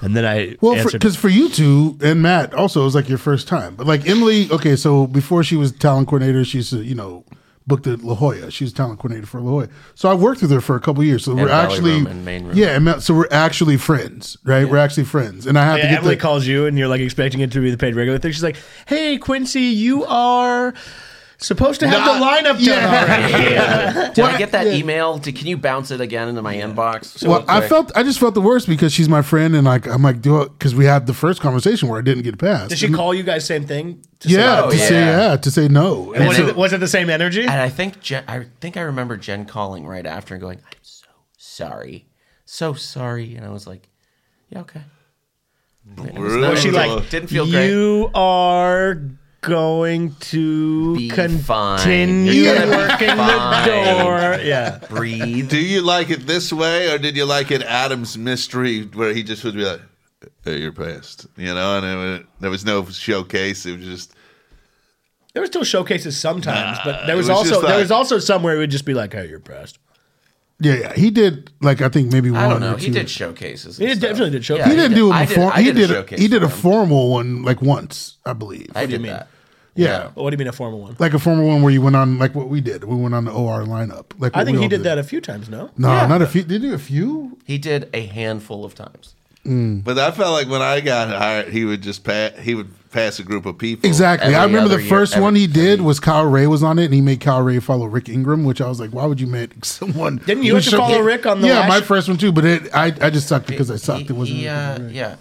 and then I
Well,
answered.
because for, you two and Matt, also it was like your first time. But like Emily, okay, so before she was talent coordinator, she's uh, you know booked at La Jolla. She was talent coordinator for La Jolla. So I worked with her for a couple years. So we're
Valley
actually
Room and Main Room.
yeah, and Matt- so we're actually friends, right? We're actually friends, and I have
Yeah,
to get
Emily
the,
calls you, and you're like expecting it to be the paid regular thing. She's like, hey, Quincy, you are supposed to have
Not-
the lineup done
Yeah.
already.
Did I get that email? Did, can you bounce it again into my inbox?
Well,
Real
I
quick?
felt I just felt the worst because she's my friend, and like I'm like, do because we had the first conversation where I didn't get past.
Did she call you guys same thing? To say
Yeah,
Oh,
to say
yeah.
yeah, to say no.
that?
And
was,
so-
it, was it the same energy?
And I think Jen, I think I remember Jen calling right after and going, "I'm so sorry, so sorry," and I was like, "Yeah, okay."
Was
she like
Didn't feel great.
you are going to
Be fine.
continue
You're gonna be
working the
fine.
door. Yeah.
Breathe.
Do you like it this way, or did you like it Adam's mystery, where he just would be like, hey, "You're pissed," you know? And it, wa- there was no showcase. It was just
There were still showcases sometimes, but there
it
was,
was
also
just
there
like-
was also somewhere it would just be like, "Hey, you're pressed."
yeah, yeah, he did like I think maybe one.
I don't know.
Or two.
He did showcases. and
He
stuff.
definitely did showcase.
Yeah,
He didn't do
I
a form.
I
He did. A,
showcase
he did a
for him.
formal one like once, I believe.
I did
mean?
that.
yeah.
But what do you mean a formal one?
like a formal one where you went on like what we did. We went on the OR lineup. Like
I
what
think
we
he
all
did that a few times. No.
No, not a few. Did you do a few?
He did a handful of times.
But I felt like when I got hired, he would just pass. He would pass a group of people.
Exactly. I
Every
remember
other
the
year,
first
every-
one he did
every-
was Kyle Ray was on it, and he made Kyle Ray follow Rick Ingram, which I was like, why would you make someone?
Didn't you
who
have to
shook-
follow Rick on the
Yeah,
last-
my first one too, but it I, I just sucked because I sucked.
He-
it wasn't.
he,
Rick
uh,
Ingram.
yeah.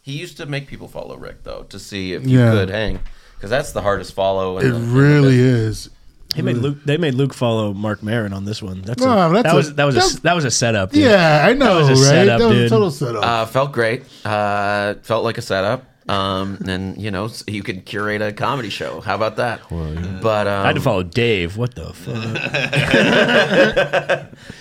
He used to make people follow Rick though to see if you
Yeah.
could hang, because that's the hardest follow. in
it
the- in the
really
business.
is.
He made Luke. They made Luke follow Mark Maron on this one. That's,
No,
a,
that's
that
a-
was that was
that's-
a, that was a setup. dude.
Yeah, I know,
was a
right?
setup,
that was
dude.
a total setup.
Uh, felt great. Uh, felt like a setup. Um, and you know, s- you could curate a comedy show. How about that? But um,
I had to follow Dave. What the fuck?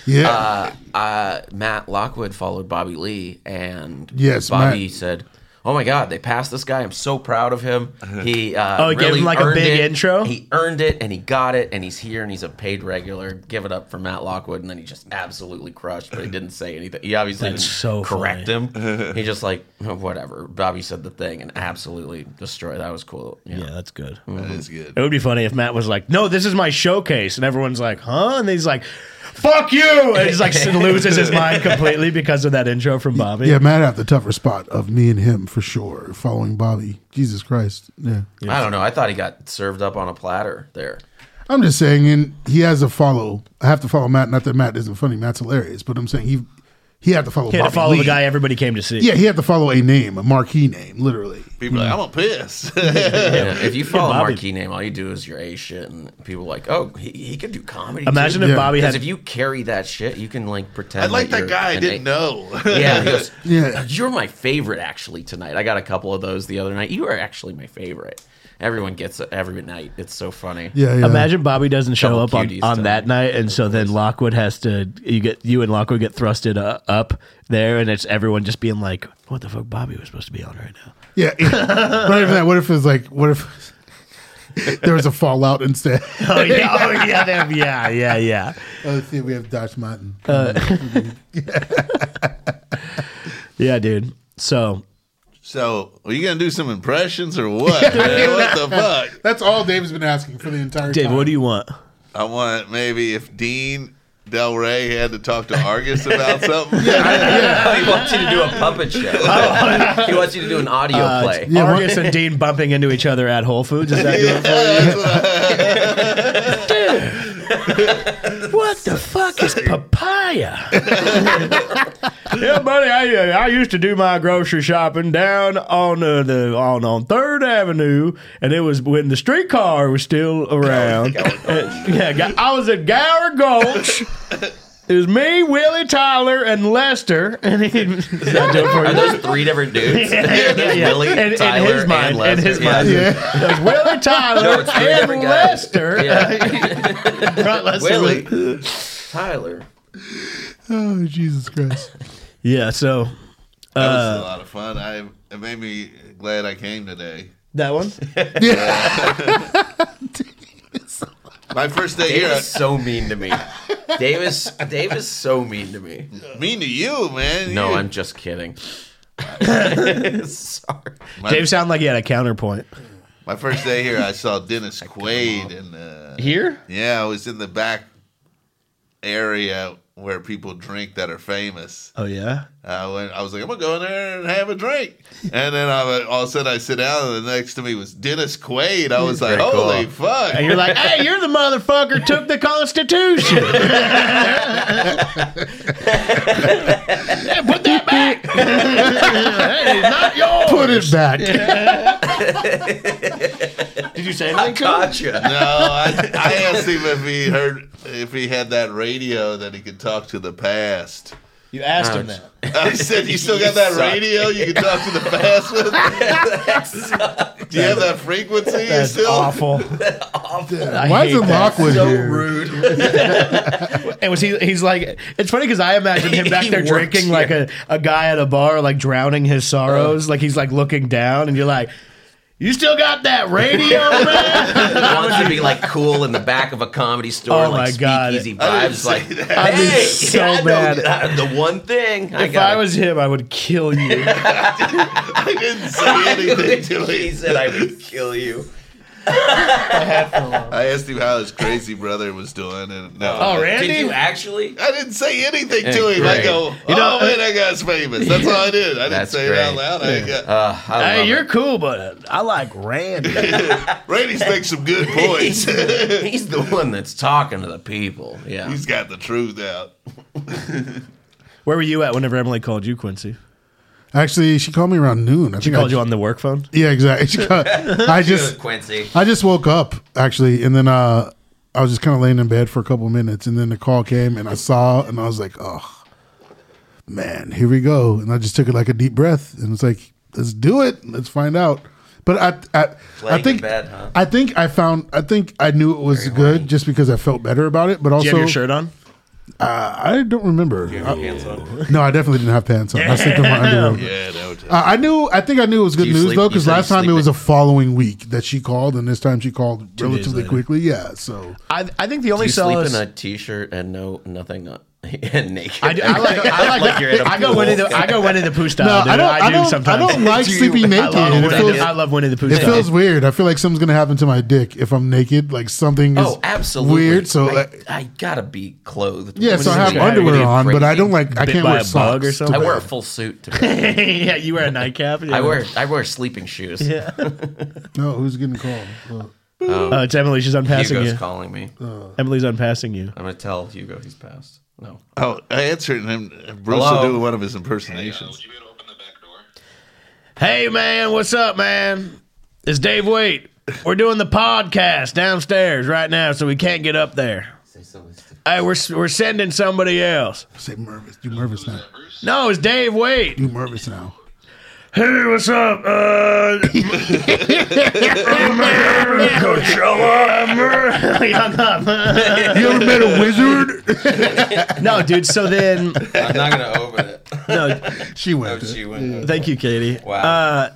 Yeah.
uh, Matt Lockwood followed Bobby Lee, and
Yes,
Bobby
Matt.
said, "Oh my God, they passed this guy. I'm so proud of him. He uh,
Oh, he gave
really
him, like, a
earned
big
it.
intro?
He earned it, and he got it, and he's here, and he's a paid regular. Give it up for Matt Lockwood." And then he just absolutely crushed, but he didn't say anything. He obviously
That's
didn't
so
correct him. He just like "Oh, whatever. Bobby said the thing and absolutely destroyed. That was cool. Yeah.
yeah, that's good.
That is good.
It would be funny if Matt was like, "No, this is my showcase," and everyone's like, "Huh?" and he's like, "Fuck you!" and he's like loses his mind completely because of that intro from Bobby.
yeah, Matt had the tougher spot of me and him for sure, following Bobby. Jesus Christ. Yeah.
I don't know. I thought he got served up on a platter there.
I'm just saying, and he has to follow. I have to follow Matt. Not that Matt isn't funny. Matt's hilarious, but I'm saying he he had to follow.
He had to
Bobby
follow the
Lee.
guy everybody came to see.
Yeah, he had to follow a name, a marquee name, literally.
People are like, I'm a piss.
Yeah, if you follow a
Bobby-
marquee name, all you do is your A shit, and people are like, oh, he, he could do comedy.
Imagine
too.
if
Yeah.
Bobby
because
had
if you carry that shit, you can like pretend.
I like that
you're
guy I
an
didn't
A-
know.
Yeah, he goes,
Yeah.
you're my favorite actually tonight. I got a couple of those the other night. You are actually my favorite. Everyone gets it every night. It's so funny.
Yeah, yeah.
Imagine Bobby doesn't show
Double
up on,
cuties
on
time.
that night, and so then Lockwood has to you get you and Lockwood get thrusted uh, up there, and it's everyone just being like, "What the fuck, Bobby was supposed to be on right now."
Yeah. Not even that. What if it's like? What if there was a fallout instead?
Oh yeah, oh, yeah, them- yeah, yeah, yeah.
Oh, let's see, we have Dash Martin.
Yeah, dude. So
so, are you going to do some impressions or what? man? What the fuck?
That's all Dave's been asking for the entire
Dave,
time.
what do you want?
I want maybe if Dean Del Rey had to talk to Argus about something.
he wants you to do a puppet show.
Oh.
he wants you to do an audio
Uh,
play.
Yeah, what-
Argus and Dean bumping into each other at Whole Foods. Is that doing Dude, what the fuck is papaya? yeah, buddy, I, uh, I used to do my grocery shopping down on uh, the on on Third Avenue, and it was when the streetcar was still around. Uh, yeah, Ga- I was at Gower Gulch. It was me, Willie Tyler, and Lester, and he. Is that doing for
Are
you?
those three different dudes?
yeah,
There's
yeah.
Willie,
In- in
Tyler,
his
and
mind, in
Lester.
his
Yeah.
mind.
Yeah.
There's Willie
No,
Tyler
it's three
and
different guys.
Lester.
Yeah.
Right, Lester was-
Willie, Tyler.
Oh, Jesus Christ.
Yeah, so
That was a lot of fun. I it made me glad I came today.
that one.
My first day
Dave
here.
is so mean to me. Dave is, Dave is so mean to me.
Mean to you, man.
No,
You-
I'm just kidding. Sorry.
my,
Dave sounded like he had a counterpoint.
my first day here. I saw Dennis Quaid and uh,
Here?
yeah, I was in the back area where people drink that are famous.
Oh yeah.
I went. I was like, I'm gonna go in there and have a drink. And then I, all of a sudden, I sit down, and the next to me was Dennis Quaid. I was like,
Very cool.
holy fuck!
And you're like, hey, you're the motherfucker took the Constitution. Yeah, put that back. hey, it's not yours.
Put it back.
Did you say anything? to him?
Gotcha.
No, I, I asked him if he heard if he had that radio that he could talk to the past.
You asked him
Ouch.
that.
I said, "You still
You
got that
suck.
radio? You can talk to the past with? Do you have that frequency
That's
still?"
awful. I
Why
hate
isn't
that.
Lockwood
So
here?
rude.
And was he? He's like, it's funny because I imagine him back
He
there
works
drinking like a, a guy at a bar, like drowning his sorrows. like he's like looking down, and you're like, you still got that radio, man?
Wants to be like cool in the back of a comedy store,
Oh
like
my God.
speakeasy
I didn't
vibes.
say
Like,
that.
I'd be
hey,
so
I know
mad.
that- the one thing I
if
got.
I was him, I would kill you.
I didn't say anything to
he
him.
said I would kill you.
I asked him how his crazy brother was doing, and no.
Oh, Randy?
Did you actually?
I didn't say anything to him. I
great.
go, "Oh
You know-
man, that guy's famous." That's all I did. I didn't
That's
say it out
great.
loud. I ain't got,
Uh, I love
hey,
it.
you're cool, but I like Randy.
Randy's makes some good points.
He's the one that's talking to the people. Yeah.
He's got the truth out.
Where were you at whenever Emily called you, Quincy?
Actually, she called me around noon. I
She
think
called
I,
you on the work phone.
Yeah, exactly. She called, I just
Quincy.
I just woke up actually, and then uh, I was just kind of laying in bed for a couple minutes, and then the call came, and I saw, and I was like, oh man, here we go, and I just took it like a deep breath, and it's like, let's do it. Let's find out. But I, I, I
Playing
think
in bed, huh?
I think I found I think I knew it was good just because I felt better about it. But
Do
also,
you have your shirt on?
uh, I don't remember. I-
Hands on.
no, I definitely didn't have pants on. I slept in my underwear.
Yeah, that would tell.
Uh, I knew. I think I knew it was good
you
news
sleep-
though,
you
because
said you
last time
sleep
it was
in-
a following week that she called, and this time she called relatively
later.
quickly. Yeah, so
I, I think the only
You sleep
solace.
in a t-shirt and no nothing on, and naked.
I, do- I like. I like.
Like you're in a
I go
pool.
Winnie the. I go Winnie the Pooh style.
No,
dude.
I don't- I
do
don't- I
sometimes.
don't like
Do you-
sleeping
I
naked.
love
It
Winnie-
feels-
I love Winnie the Pooh.
it
style.
feels weird. I feel like something's gonna happen to my dick if I'm naked. Like something is
oh, absolutely.
weird. So
I,
uh,
I gotta be clothed.
yeah, so I have
Yeah,
What are
underwear
you
on, but I
crazy?
don't like. I
Bit
can't
by
wear
a
socks.
bug or something?
to
I wear a
bed.
full suit. To bed.
yeah, you wear a nightcap.
I wear I wear sleeping shoes.
Yeah.
No, who's getting called? Uh,
Uh, it's Emily. She's unpassing
Hugo's
you.
calling me.
Emily's unpassing you.
I'm gonna tell Hugo he's passed. No.
Oh, I answered and then Bruce
Hello?
will do one of his impersonations.
be able to open the back door?
Hey man, what's up, man? It's Dave Wait. We're doing the podcast downstairs right now, so we can't get up there.
Say something.
Hey, we're we're sending somebody else.
say Mervis. You Mervis now.
No, it's Dave Wait.
You Mervis now.
Hey, what's up? Uh, Coachella. He hung up.
You ever met a wizard?
No, dude. So then,
I'm not gonna open it.
no.
she went.
She went.
Thank you, Katie.
Wow.
Uh,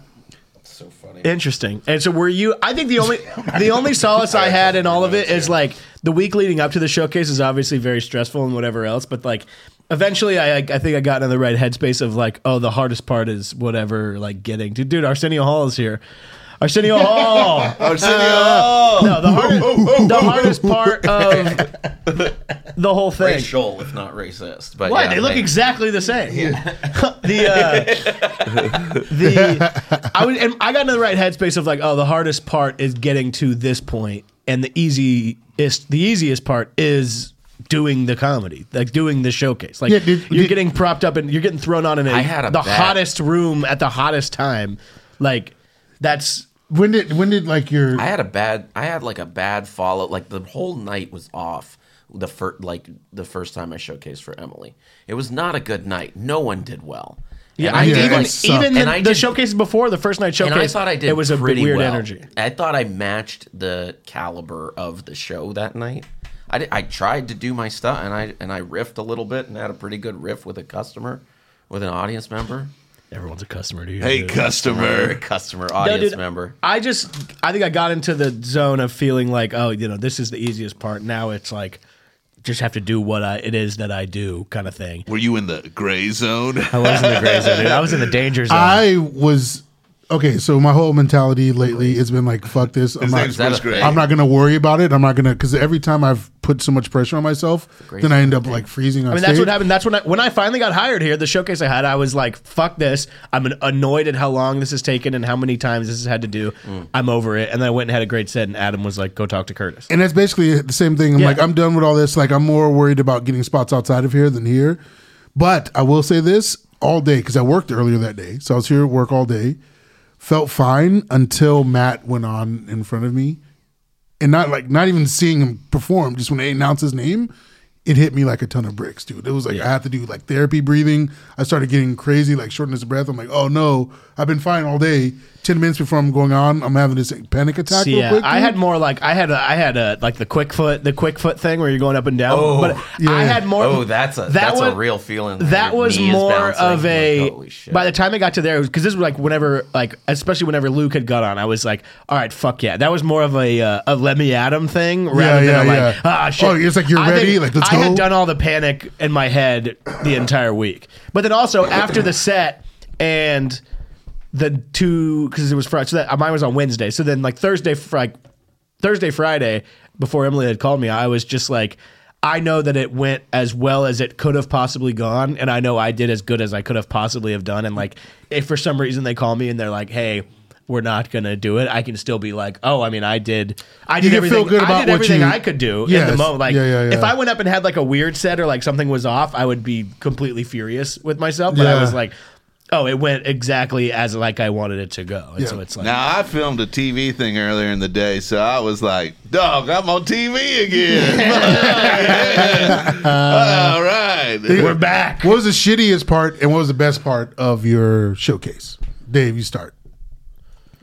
So funny.
Interesting. And so were you I think the only the only solace I had in all of it is like the week leading up to the showcase is obviously very stressful and whatever else, but like eventually I I I think I got into the right headspace of like, oh, the hardest part is whatever like getting dude dude, Arsenio Hall is here. Arsenio
Oh,
Hall.
Arsenio!
No, the hardest the hardest part of the whole thing.
Racial, if not racist. But
Why?
yeah,
they look
thank-
exactly the same. the uh, the I would, and I got into the right headspace of like, oh, the hardest part is getting to this point, and the easiest the easiest part is doing the comedy, like doing the showcase. Like
Yeah, did-
you're
did-
getting propped up and you're getting thrown on in a,
I had a
the
bad-
hottest room at the hottest time. Like that's
When did when did like your
I had a bad. I had like a bad follow. Like the whole night was off. The first, like the first time I showcased for Emily, it was not a good night. No one did well.
yeah,
And
I,
did,
think,
even
it sucked.
even
And
the,
I
the
did-
showcases before the first night showcase,
and I thought I did.
it was a
pretty
weird
well.
energy.
I thought I matched the caliber of the show that night. I, did, I tried to do my stuff, and I and I riffed a little bit, and had a pretty good riff with a customer, with an audience member,
Everyone's a customer to you.
Hey,
dude.
a
customer.
customer
No,
audience
dude,
member.
I just, I think I got into the zone of feeling like, oh, you know, this is the easiest part. Now it's like, just have to do what I, it is that I do, kind of thing.
Were you in the gray zone?
I was in the gray zone, dude. I was in the danger zone.
I was okay. So my whole mentality lately has been like, "Fuck this." I'm
His
not.
name's Bruce Gray.
I'm not gonna worry about it. I'm not gonna because every time I've put so much pressure on myself, then I end up like freezing on
I mean, that's what happened. That's when I, when I finally got hired here, the showcase I had, I was like, fuck this. I'm an- annoyed at how long this has taken and how many times this has had to do. I'm over it. And then I went and had a great set, and Adam was like, go talk to Curtis.
And that's basically the same thing. I'm
Yeah.
like, I'm done with all this. Like, I'm more worried about getting spots outside of here than here. But I will say this all day because I worked earlier that day, so I was here at work all day. Felt fine until Matt went on in front of me, and not like not even seeing him perform. Just when they announced his name, it hit me like a ton of bricks, dude. It was like I had to do like therapy breathing. I started getting crazy, like shortness of breath. I'm like, oh no, I've been fine all day. Ten minutes before I'm going on, I'm having this like, panic attack.
See,
real
yeah,
quick,
I
dude.
had more like I had a, I had a like the quick foot the quick foot thing where you're going up and down.
Oh,
but I had more.
Oh, that's a
that
that's
was-
a real feeling.
That
Your
was
knee is
more
bouncing.
of
You're
a.
like, holy shit.
by the time I got to there, because this was like whenever, like especially whenever Luke had got on, I was like, "All right, fuck yeah!" That was more of a uh, a Let Me Adam thing rather
Yeah,
than
yeah,
a, like,
yeah.
"Ah, shit."
Oh, it's like, you're
I
ready? Like, let's
I
go?
had done all the panic in my head the entire week, but then also after the set and the two because it was Friday. So that mine was on Wednesday. So then like Thursday, fr- like Thursday, Friday, before Emily had called me, I was just like, I know that it went as well as it could have possibly gone, and I know I did as good as I could have possibly have done. And like, if for some reason they call me and they're like, hey. We're not gonna do it. I can still be like, oh, I mean, I did, I did
can
everything.
feel good
I
about
did
what
everything
you-
I could do in the
Yes.
moment. Like,
Yeah, yeah,
if
yeah.
I went up and had like a weird set or like something was off, I would be completely furious with myself. But I
Yeah.
was like, oh, it went exactly as like I wanted it to go. And
Yeah.
so it's like,
Now I filmed a TV thing earlier in the day, so I was like, "Dog, I'm on TV again." All right,
we're back.
What was the shittiest part and what was the best part of your showcase? Dave, you start.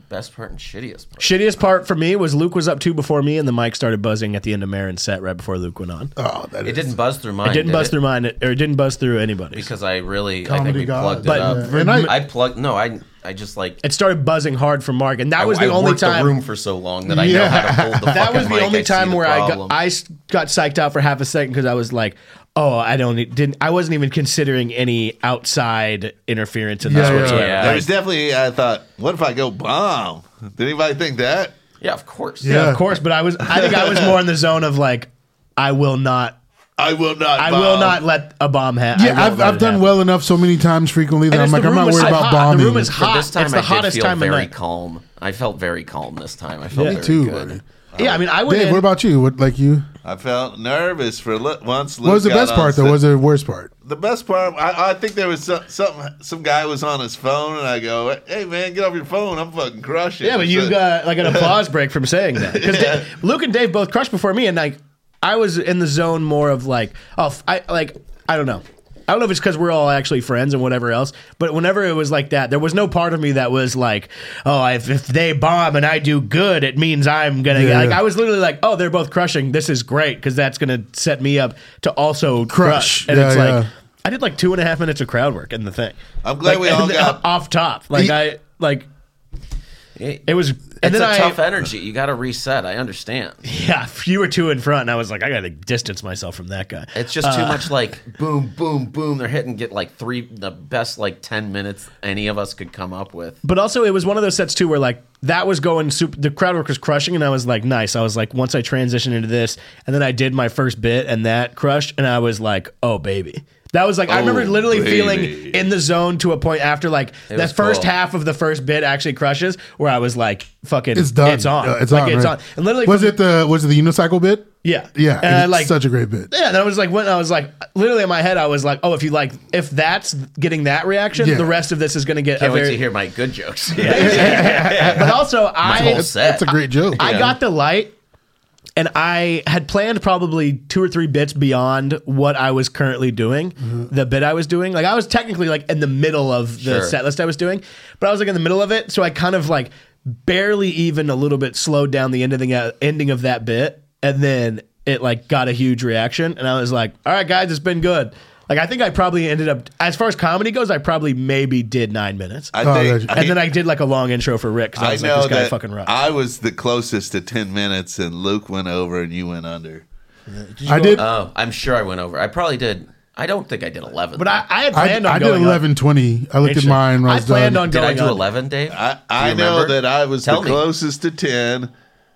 Best part and shittiest part.
Shittiest part for me was Luke was up two before me, and the mic started buzzing at the end of Marin's set right before Luke went on.
Oh, that
It
is-
didn't buzz through mine.
It didn't
did
buzz
it?
through mine, or it didn't buzz through anybody's.
because I really I think
Comedy
we
God.
plugged
But-
it up.
and I-
I plugged no, I I just like
It started buzzing hard for Mark, and that
I,
was the
I
only
worked
time.
the room for so long that I know
Yeah.
how to hold the
that
fucking
was the
mic.
only
I see
time
the
where I got
problem.
I s- got psyched out for half a second because I was like, "Oh, I don't need- didn't I wasn't even considering any outside interference in this
Yeah, yeah,
whatsoever."
yeah.
There was definitely. I thought, what if I go bomb? Did anybody think that?
yeah, of course.
Yeah,
Yeah.
of course. But I was I think I was more in the zone of like, I will not
I will not.
I
bomb.
will not let a bomb ha- I won't let it happen.
Yeah, I've, I've done well enough so many times frequently that
And
I'm
it's-
like,
the
I'm
room
not
was
worried
so
about
hot.
bombing.
The room is
But
hot.
this time
it's the
I
hottest
did feel
time of
very
night.
calm. I felt very calm this time. I felt
Yeah. Me
very
too,
good.
buddy.
Yeah, I mean, I would.
Dave, what about you? What like you?
I felt nervous for li- once.
What was the best part though? What was the worst part?
the best part? I, I think there was some, something. Some guy was on his phone, and I go, "Hey man, get off your phone! I'm fucking crushing."
Yeah, but you
So-
got like an applause break from saying that because Luke and Dave both crushed before me, and like I was in the zone more of like, oh, f- I like I don't know. I don't know if it's because we're all actually friends and whatever else, but whenever it was like that, there was no part of me that was like, "Oh, if, if they bomb and I do good, it means I'm gonna."
Yeah.
Like I was literally like, "Oh, they're both crushing. This is great because that's gonna set me up to also crush."
Crush.
And
Yeah,
it's
yeah.
like I did like two and a half minutes of crowd work in the thing.
I'm glad
Like,
we all got-
off top. Like
He-
I like
It,
it was, and
it's
then
a
I-
tough energy. You got to reset. I understand.
Yeah, you were two in front, and I was like, I gotta distance myself from that guy.
It's just too much like boom, boom, boom. They're hitting get like three the best like ten minutes any of us could come up with.
But also, it was one of those sets too where like that was going super. The crowd work was crushing, and I was like, nice. I was like, once I transitioned into this, and then I did my first bit, and that crushed, and I was like, oh baby. That was like I remember
Oh,
literally
baby.
feeling in the zone to a point after like the
was
first
cool.
half of the first bit actually crushes where I was like fucking
It's done.
it's on
Uh, it's
like
on.
it's
right?
on and literally
was
from-
it the was it the unicycle bit?
yeah
Yeah,
and I,
it's
like
such a great bit.
Yeah, and I was like, when I was like, literally in my head, I was like, oh, if you like, if that's getting that reaction,
Yeah.
the rest of this is going to get.
Can't
a
wait
very-
to hear my good jokes.
But also, I
whole set.
That's a great joke.
I got the light, and I had planned probably two or three bits beyond what I was currently doing.
Mm-hmm.
The bit I was doing, like I was technically like in the middle of the
Sure.
set list I was doing, but I was like in the middle of it, so I kind of like barely even a little bit slowed down the ending uh, ending of that bit, and then it like got a huge reaction, and I was like, all right, guys, it's been good. Like I think I probably ended up as far as comedy goes, I probably maybe did nine minutes.
I
Oh,
think,
gotcha.
and then I did like a long intro for Rick because I
I
was
know
like, this guy
that
fucking rocks.
I was the closest to ten minutes, and Luke went over, and you went under.
I did.
Oh, I'm sure I went over. I probably did. I don't think I did eleven.
But I, I had
I,
planned on
I did
going up.
eleven twenty. I looked at mine. When I,
I
was
planned
done.
on
did
going
I do
up.
eleven, Dave?
I,
Do
I
you
know
remember?
that I was
Tell
the
me.
closest to ten.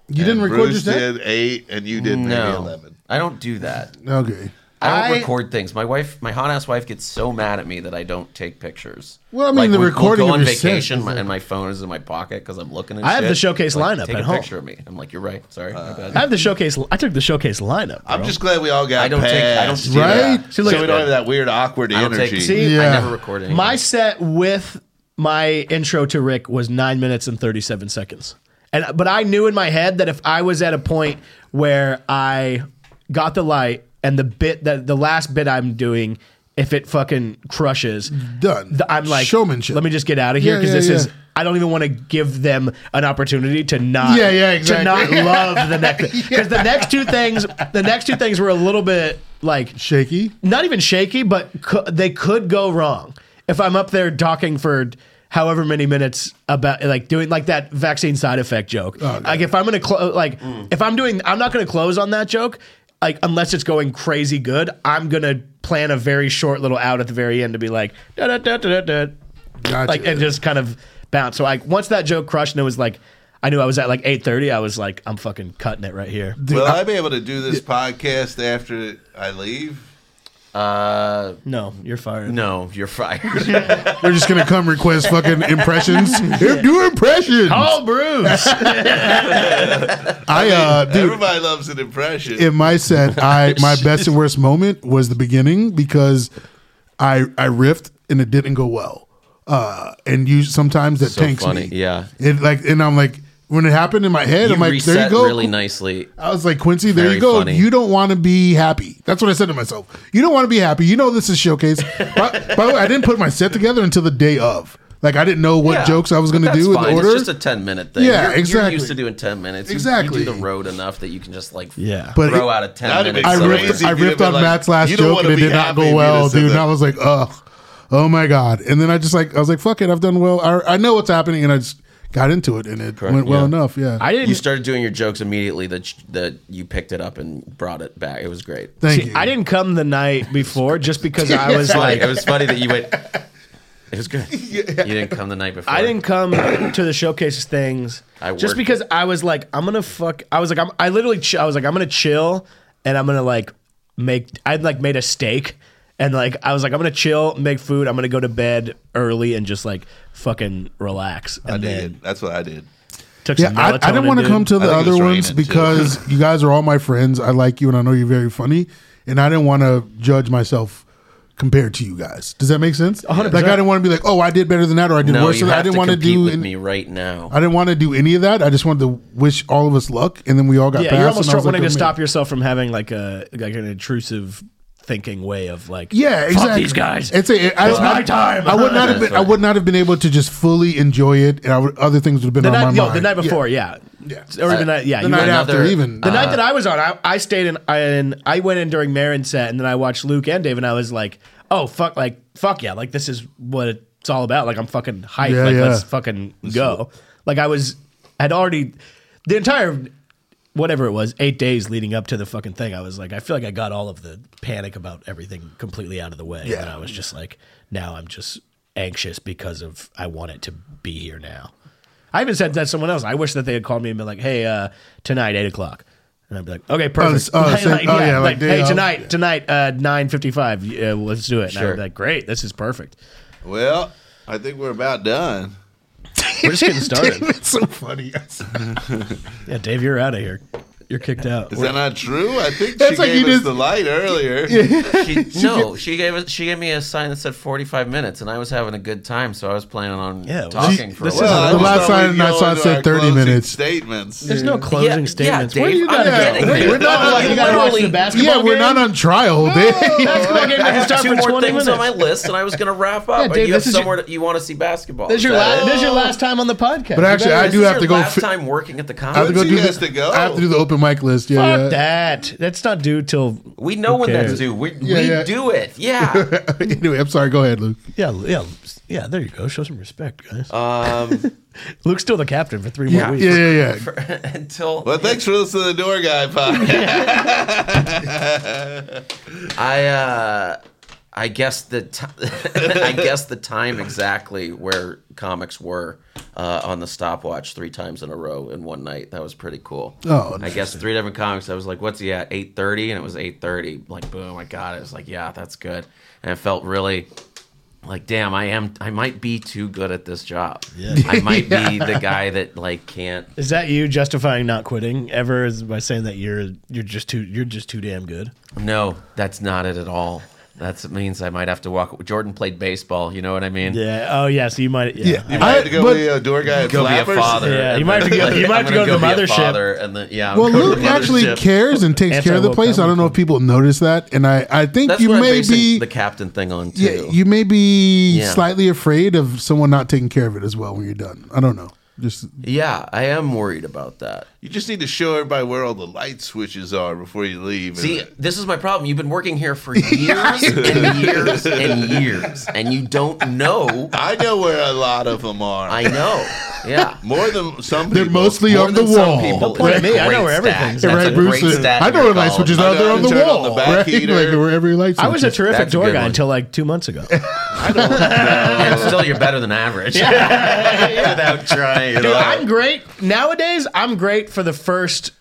You didn't record
Bruce
your set?
did eight, and you did maybe
No,
eleven.
I don't do that.
Okay.
I
I-
don't record things. My wife, my hot ass wife, gets so mad at me that I don't take pictures.
Well, I mean, the
we-
recording
We'll
of
go on
your set
vacation,
is
my,
like-
and my phone is in my pocket because I'm looking. At
I have the
shit.
showcase
Like,
lineup
Take
at
a
home.
picture of me. I'm like, you're right. Sorry, my bad.
I have the showcase. I took the showcase lineup.
I'm just glad we all got.
I don't
past,
take- I don't do
that. Right?
So,
look-
we don't have that weird, awkward
I don't
energy.
take.
See?
I
Yeah.
never record anything.
my set with my intro to Rick was nine minutes and thirty seven seconds. And but I knew in my head that if I was at a point where I got the light and the bit that the last bit I'm doing, if it fucking crushes,
Done.
th- I'm like
Showmanship.
Let me just get out of here
Yeah,
because
yeah,
this
yeah.
is. I don't even want to give them an opportunity to not.
Yeah, yeah,
To
exactly.
not love the next because the next two things, the next two things were a little bit like
Shaky.
not even shaky, but cou- they could go wrong if I'm up there talking for however many minutes about like doing like that vaccine side effect
Oh,
joke. like if I'm gonna close, like if I'm doing, I'm not gonna close on that joke. Like unless it's going crazy good, I'm gonna plan a very short little out at the very end to be like da da da da da,
Gotcha.
like and just kind of bounce. So like once that joke crushed and it was like. I knew I was at like 8:30. I was like, I'm fucking cutting it right here.
Will I be able to do this podcast after I leave?
Uh,
No, you're fired.
no, you're fired.
They're just gonna come request fucking impressions. Here, do impressions.
Oh, Bruce.
I uh, dude,
Everybody loves an impression.
in my set, I my best and worst moment was the beginning because I I riffed and it didn't go well. Uh, and you sometimes that
So
tanks
funny,
me.
yeah.
It like and I'm like when it happened in my head,
you
I'm like,
reset
there you go.
really nicely.
I was like, Quincy, there
Very
you go.
funny.
You don't want to be happy. That's what I said to myself. You don't want to be happy. You know this is showcase. by, by the way, I didn't put my set together until the day of. Like I didn't know what
Yeah,
jokes I was
but
going to
that's
do in
fine.
order.
It's just a ten minute thing.
Yeah,
You're- You're
exactly.
used to doing ten minutes. You-
Exactly.
You, do the road enough that you can just like
Yeah.
But
throw
it-
out a ten
That'd
minute.
be
I
So
summary.
crazy.
ripped,
You'd
I
have
ripped
been
on
like,
Matt's last
"You don't
joke
wanna
and it
be
did not
happy
go
if you
well,
just said
dude. And
that.
I was like, ugh, oh my god. And then I just like, I was like, fuck it, I've done well. I, I know what's happening, and I just got into it, and it went well
yeah.
enough. Yeah,
I didn't.
You started doing your jokes immediately that sh- that you picked it up and brought it back. It was great.
thank
see,
you.
I didn't come the night before just because I was
Funny.
like,
it was funny that you went. It was good. You didn't come the night before.
I didn't come to the showcases things
I
just
worked
because I was like, I'm gonna fuck. I was like, I'm, I literally, ch- I was like, I'm gonna chill and I'm gonna like make. I'd like made a steak and like I was like, I'm gonna chill, make food. I'm gonna go to bed early and just like fucking relax. And
I
then
did. That's what I did.
took
Yeah,
some
I, I didn't want to come to the
I think it
other
was
ones
raining, too.
because you guys are all my friends. I like you, and I know you're very funny, and I didn't want to judge myself compared to you guys. Does that make sense? Like I didn't want to be like, oh, I did better than that, or I did
No,
worse
you
than that. I
have
didn't
to
want to
compete
do.
with
an-
me right now.
I didn't want to do any of that. I just wanted to wish all of us luck, and then we all got.
Yeah,
passed,
you're almost
and I was
wanting
like,
to
oh, man.
stop yourself from having like a like an intrusive thinking way of like
Yeah,
fuck
exactly.
these guys.
It's a, I,
It's
I-
my time.
I would not have
That's
been. I would not have been able to just fully enjoy it, and I would, other things would have been
the
on
night,
my
yo,
mind.
the night
Yeah.
before, yeah,
Yeah.
or the night, yeah,
the
you
night
went-
another-
after, even Uh,
The night that I was on, I, I stayed in, I, and I went in during Marin's set, and then I watched Luke and Dave, and I was like, oh fuck, like fuck yeah, like this is what it's all about. Like I'm fucking hyped.
Yeah,
like
yeah.
let's fucking go. Like I was, had already the entire whatever it was, eight days leading up to the fucking thing. I was like, I feel like I got all of the panic about everything completely out of the way, and then I was just like, now I'm just anxious because of I want it to be here now. I even said that to someone else. I wish that they had called me and been like, "Hey, uh, tonight, eight o'clock," and I'd be like, "Okay, perfect."
Oh, so- oh, yeah, like,
hey,
yeah.
tonight, tonight, uh, nine fifty-five. Uh, let's do it. And I'd
Sure.
be like, "Great, this is perfect."
Well, I think we're about done.
We're just getting started.
It's so funny.
yeah, Dave, you're out of here. You're kicked out.
Is that not true? I think she
That's like
gave
you
us
just-
the light earlier.
She, no, she gave us, she gave me a sign that said 45 minutes, and I was having a good time, so I was planning on
Yeah, well,
talking
she-
for a
this is
while.
I
The
just
last
thought we'd
time I
go
saw it
into
said
our
30
closing
minutes.
Statements.
There's no
Yeah,
closing
yeah,
statements.
Dave,
Where do you
I'm
gotta go?
getting there.
We're not.
Like,
you gotta watch the
literally-
basketball.
yeah, we're
game?
not on trial, Dave.
Basketball game
I
doesn't
have
start
two
for
more
20
things
minutes.
on my list, and I was going to wrap up.
Yeah, Dave,
you have
this is your-
somewhere that you want to see basketball.
This is your
Is that
last.
it?
This is your last time on the podcast.
But actually, I
This
do
is
have
your
to go.
Last
fi-
time working at the
I have
comedy.
to go
She
do
has
the,
to go.
I have to do the open mic list. Yeah,
fuck
yeah.
that. That's not due till
We know when
cares?
that's due. We, we
yeah.
do it. Yeah.
anyway, I'm sorry. Go ahead, Luke.
yeah, yeah, yeah. There you go. Show some respect, guys.
Um,
Luke's still the captain for three
yeah.
more weeks.
Yeah, yeah, yeah.
until
Well, thanks for listening to the Door Guy podcast.
I uh I guess the t- I guess the time exactly where comics were uh, on the stopwatch three times in a row in one night. That was pretty cool.
Oh,
I guess three different comics. I was like, "What's he at? 8.30? And it was eight thirty. Like, boom! I got it. It's like, yeah, that's good. And I felt really like, damn, I am. I might be too good at this job. I might be the guy that like can't.
Is that you justifying not quitting ever is by saying that you're you're just too you're just too damn good?
No, that's not it at all. That means I might have to walk. Jordan played baseball. You know what I mean?
Yeah. Oh yeah. So you might. Yeah.
Yeah.
You might have to go
but-
be a door guy at
go be a
Flappers.
father.
Yeah,
and
you might
then,
have to go- you might
I'm
have to
gonna
go to the
be a
mothership.
father, and then yeah. I'm
Well,
gonna go to
Luke
the
actually
mothership.
cares and takes care of the
Anti-woke
place. I don't know if people notice that, and I, I think
That's
you
where I'm
may
basing
be
the captain thing on too.
yeah, you may be
Yeah.
slightly afraid of someone not taking care of it as well when you're done. I don't know. Just
yeah, I am worried about that.
You just need to show everybody where all the light switches are before you leave.
See, this is my problem. You've been working here for years and years and years, and you don't know.
I know where a lot of them are.
I know. Yeah.
More than some
they're
people.
mostly
More
on the
than some
wall.
people.
point at
It's a
me. I know
great
where everything's
stat.
at.
That's
Right,
a
Bruce. uh,
great stat
I
in
know
your
where light
column.
switches
I
are.
know
They're
how
on
to
the
turn on
wall.
the back
right?
heater.
Like they're wherever your light switches.
I was a terrific
That's a
door
good
guy
one.
until like two months ago.
And still, you're better than average. Without trying. at
Dude,
all.
I'm great nowadays. I'm great for the first,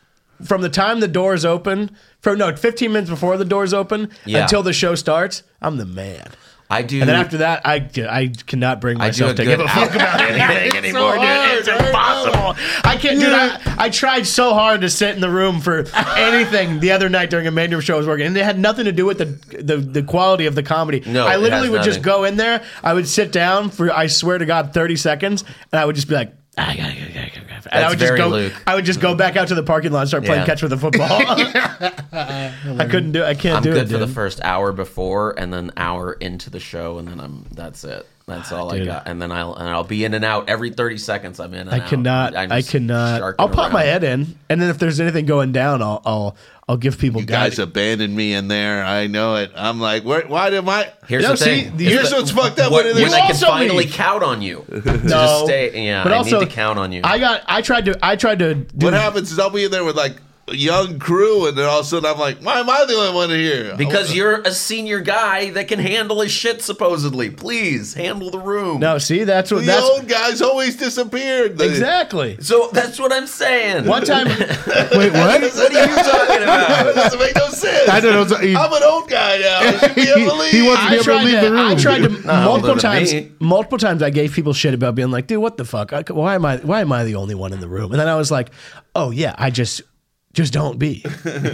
from the time the doors open, from no, 15 minutes before the doors open
Yeah.
until the show starts. I'm the man.
I do.
And then after that, I, I cannot bring
I do a
myself to
good
give a fuck about anything anymore, dude. It's impossible. I can't, dude. I, I tried so hard to sit in the room for anything the other night during a mainstream show I was working, and it had nothing to do with the the, the quality of the comedy.
No,
I
it
literally
has
would just
nothing.
go in there. I would sit down for, I swear to God, thirty seconds, and I would just be like. "Ah, yeah, yeah, yeah, yeah, yeah." And I
That's
would just
very
go.
Luke.
I would just go back out to the parking lot and start playing
Yeah.
catch with a football. I couldn't do. it. I can't
I'm
do
good
it.
for the
dude.
first hour before, and then hour into the show, and then I'm that's it. That's all I
Ah, Dude.
got. And then I'll and I'll be in and out every thirty seconds. I'm in. And
I
out.
cannot.
I'm
I
just
cannot.
sharking
I'll pop my
around.
head in, and then if there's anything going down, I'll I'll I'll give people
You guys
guidance.
abandoned me in there. I know it. I'm like, where, why did my?
Here's
No,
the
see,
thing.
the-
Is
Here's
that-
what's fucked up.
what,
What,
when
it is.
You
I can
also
finally
leave.
count on you.
No,
just stay- yeah, I need to count on you.
I got. I tried to. I tried to. Do,
what happens is I'll be in there with like a young crew, and then all of a sudden I'm like, why am I the only one here?
Because you're a senior guy that can handle his shit, supposedly. Please handle the room.
no, see, that's what.
the
That's
old guys always disappeared. The-
exactly.
So that's what I'm saying.
One time,
Wait, what?
What are you talking about?
That doesn't make no sense.
I don't know. He,
I'm an old guy now. I should be able to leave.
He- he wants to
I
be able
tried
leave
to.
the room.
I tried to
older
multiple
than
times.
me.
Multiple times, I gave people shit about being like, "Dude, what the fuck? I, why am I? Why am I the only one in the room?" And then I was like, "Oh yeah, I just." Just don't be.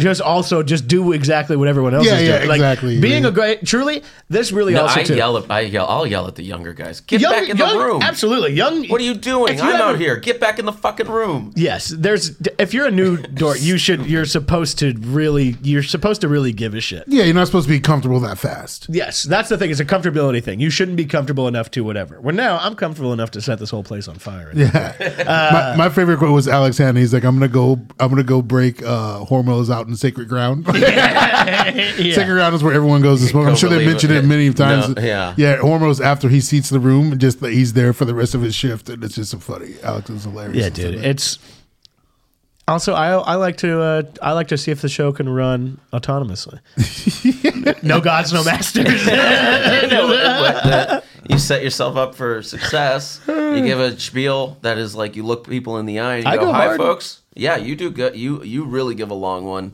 just also just do exactly what everyone else
Yeah,
is
yeah,
doing. Like,
exactly.
Being a great, truly, this really
No,
also
I
too.
yell at I yell I'll yell at the younger guys. Get
Young-
back in
young-
the room.
Absolutely, young.
What are you doing?
if you
I'm
ever-
out here. Get back in the fucking room.
Yes, there's. If you're a new dork, you should. You're supposed to really. You're supposed to really give a shit.
yeah, you're not supposed to be comfortable that fast.
Yes, that's the thing. It's a comfortability thing. You shouldn't be comfortable enough to whatever. Well, now I'm comfortable enough to set this whole place on fire. Uh,
my, my favorite quote was Alex Hanna. He's like, "I'm gonna go, I'm gonna go break uh, Hormels out in sacred ground. Sacred ground is where everyone goes to smoke. I'm
Go
sure they
relieve
mentioned
it.
it many times.
No, yeah.
yeah. Hormels after he seats the room, just that he's there for the rest of his shift, and it's just so funny. Alex is hilarious.
Yeah,
and stuff
dude.
like
It's also I I like to uh, I like to see if the show can run autonomously. no gods, no masters.
But, uh, you set yourself up for success. You give a spiel that is like you look people in the eye and you
I
go,
go
"Hi,
hard.
folks." Yeah, you do good. You you really give a long one. Um,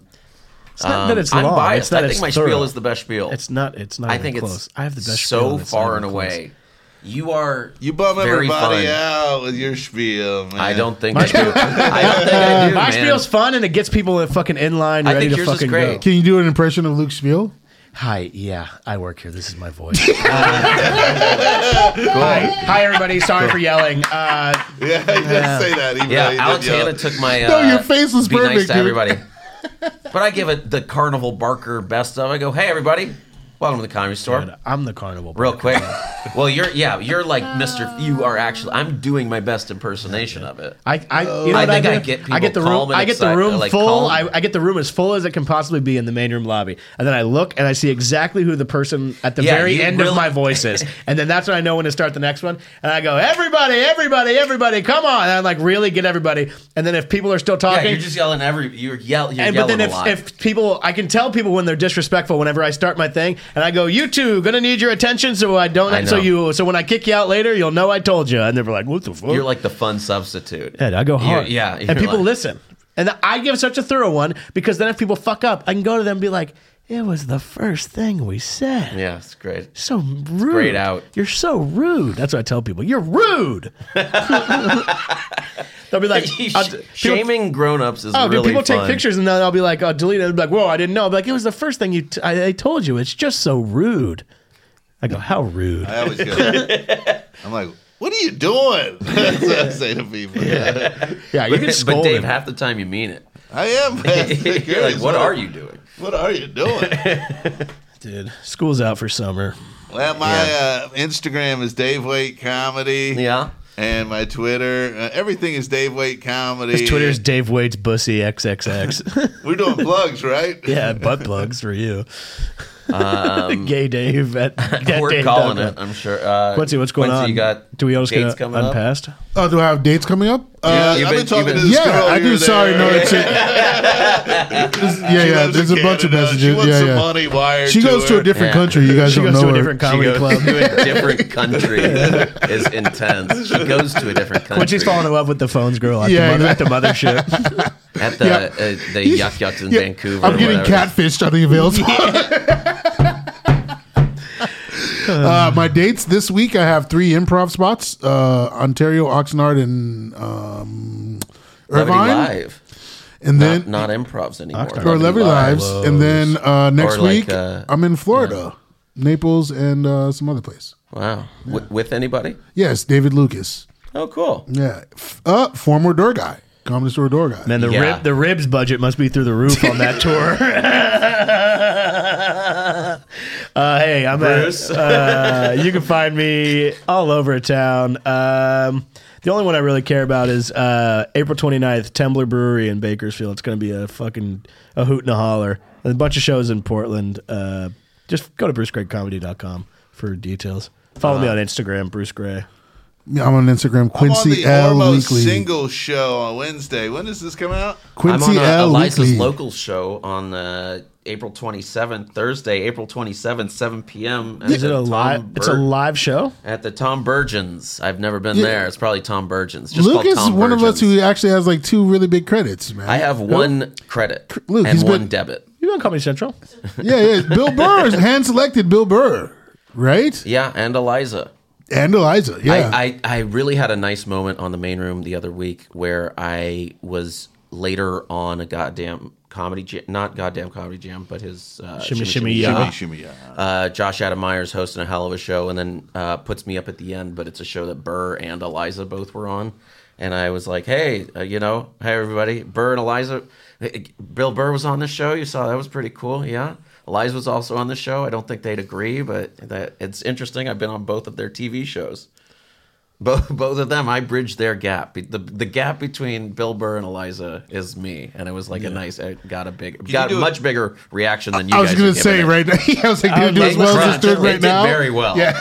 it's not that it's
I'm
long.
biased.
It's that
I
it's
think my
thorough.
spiel is the best spiel.
It's not. It's not.
I
even
think
close.
it's
I have the best. spiel
so
it's not
far and
even close.
away. You are
you bum
very
everybody
fun.
out with your spiel, man.
I don't think I do. I don't think I do.
My
man.
spiel's fun and it gets people fucking in line
I
ready
think
to
yours is
fucking
great.
go.
Can you do an impression of Luke Spiel?
Hi, yeah, I work here. This is my voice. Uh, hi, hi, everybody. Sorry for yelling. Uh,
Yeah, he did say that. He
Yeah,
really did
Alex
yell.
Hanna took my. Uh,
No, your face was
be
perfect,
nice to
dude.
everybody. but I give it the Carnival Barker best of. I go, hey everybody, welcome to the Comedy Store.
I'm the carnival.
Real quick. well, you're yeah, you're like Mr. You are actually. I'm doing my best impersonation of it.
I, I, you know
I
what
think I
do?
get
I get the
people
room.
calm and
I get the
excite-
room
like,
full. I,
calm.
I get the room as full as it can possibly be in the main room lobby, and then I look and I see exactly who the person at the
Yeah,
very
you
end
really-
of my voice is, and then that's when I know when to start the next one. And I go, everybody, everybody, everybody, come on! And I like really get everybody. And then if people are still
Yeah,
talking,
you're just yelling every. You're yell. You're
and but
yelling
then
a
if,
lot.
if people i can tell people when they're disrespectful whenever i start my thing and i go you two gonna need your attention so i don't
I
so
know.
you so when i kick you out later you'll know i told you and they're like what the fuck
you're like the fun substitute.
Ed, i go hard
You're- yeah,
and
you're
people
like-
listen and i give such a thorough one because then if people fuck up i can go to them and be like it was the first thing we said
Yeah, it's great.
so rude.
Straight out.
You're so rude. That's what I tell people. You're rude. They'll be like, I'll- people-
Shaming grown-ups is
Oh,
really
dude, people take
fun.
pictures and then I'll be like, oh, delete it. I'll be like, whoa, I didn't know. I'll be like, it was the first thing you t- I, I told you. It's just so rude. I go, how rude.
I always go. I'm like, what are you doing? That's what I say to people.
Yeah, you can
But
scold
Dave,
him.
half the time you mean it.
I am. man.
You're like, what are you doing?
What are you doing?
Dude, school's out for summer.
Well, my uh, Instagram is Dave Waite Comedy.
Yeah.
And my Twitter, uh, everything is Dave Waite Comedy.
His Twitter's Dave Wade's Bussy XXX.
We're doing plugs, right?
yeah, butt plugs for you. Gay Dave at, at
Um, We're
Dave
calling
dot
it. I'm sure. Uh,
com. Quincy, what's going
Quincy,
on?
You got
Do we all just
dates
get
coming up?
unpassed?
Oh, do I have dates coming up?
Uh,
Uh,
I've
you've
been,
been-
talking to
you've
this
yeah,
girl.
I
here there.
do. Sorry, no, it's it. yeah,
She
yeah.
lives
There's
in
a bunch of
Canada. She
messages.
wants
yeah,
some
yeah.
money wired.
She goes to
her.
a different
Yeah.
country. You guys
She
don't
goes
know
to a
her.
different
She
comedy
goes
club.
to a different country. is intense. She goes to a different country.
Quincy's falling in love with the phones girl at,
Yeah,
the, mother, at the mothership.
at the
Yeah.
uh, the yuck yucks in
Yeah,
Vancouver.
I'm
or
getting
whatever.
catfished on the avails. uh, my dates this week, I have three improv spots uh, Ontario, Oxnard, and um,
Levity
Irvine.
Live.
And then,
Not, not improvs anymore.
or Levy
Levity
Lives. And then uh, next
Or like,
week,
uh,
I'm in Florida, Naples, and uh, some other place.
Wow. Wi- with anybody?
Yes, David Lucas.
Oh, cool.
Yeah. F- uh, former door guy, comedy store door guy.
Man, the
Yeah.
rib, the ribs budget must be through the roof on that tour. Uh, hey, I'm at-
Bruce.
uh, you can find me all over town. Um, the only one I really care about is uh, April 29th, Tembler Brewery in Bakersfield. It's going to be a fucking a hoot and a holler. A bunch of shows in Portland. Uh, just go to brucegregcomedy.com for details. Follow
Uh-huh.
me on Instagram, Bruce Gray.
Yeah, I'm on Instagram,
I'm on
Quincy
the
L
Ormo
Weekly.
single show on Wednesday. When does this come out?
I'm on
Quincy
a
L
Eliza's
Weekly.
local show on uh, April 27th, Thursday, April 27th, 7 p.m. at
Is it
the
a
Tom
live? It's a
Bur-
live show.
at the Tom Burgeons. I've never been there. It's probably Tom Burgeons. Just
Luke
called
is
Tom
one of us
Burgeons.
who actually has like two really big credits, man.
I have one credit
Luke,
and
he's
one
been-
debit.
You on Comedy Central?
yeah, yeah. Bill Burr is hand selected Bill Burr, right?
Yeah, and Eliza.
And Eliza. Yeah.
I, I, I really had a nice moment on the main room the other week where I was later on a goddamn comedy jam, not goddamn comedy jam, but his uh,
Shimmy, shimmy, yeah.
Shimmy.
Ah.
Shimmy, shimmy, yeah.
Uh, Josh Adam Meyer's hosting a hell of a show and then uh, puts me up at the end, but it's a show that Burr and Eliza both were on. And I was like, hey, uh, you know, hey, everybody. Burr and Eliza. Bill Burr was on the show. You saw that was pretty cool. Yeah. Eliza was also on the show. I don't think they'd agree, but that it's interesting. I've been on both of their TV shows. Both, both of them, I bridged their gap. Be- The, the gap between Bill Burr and Eliza is me, and it was like a nice. I got a big, got a
do it-
much bigger reaction than you.
I was
guys
gonna
have given
say
it.
right now. I was like, dude, do
would
as
like
well
to
as
try.
this dude
It
right
did
now.
very well.
Yeah.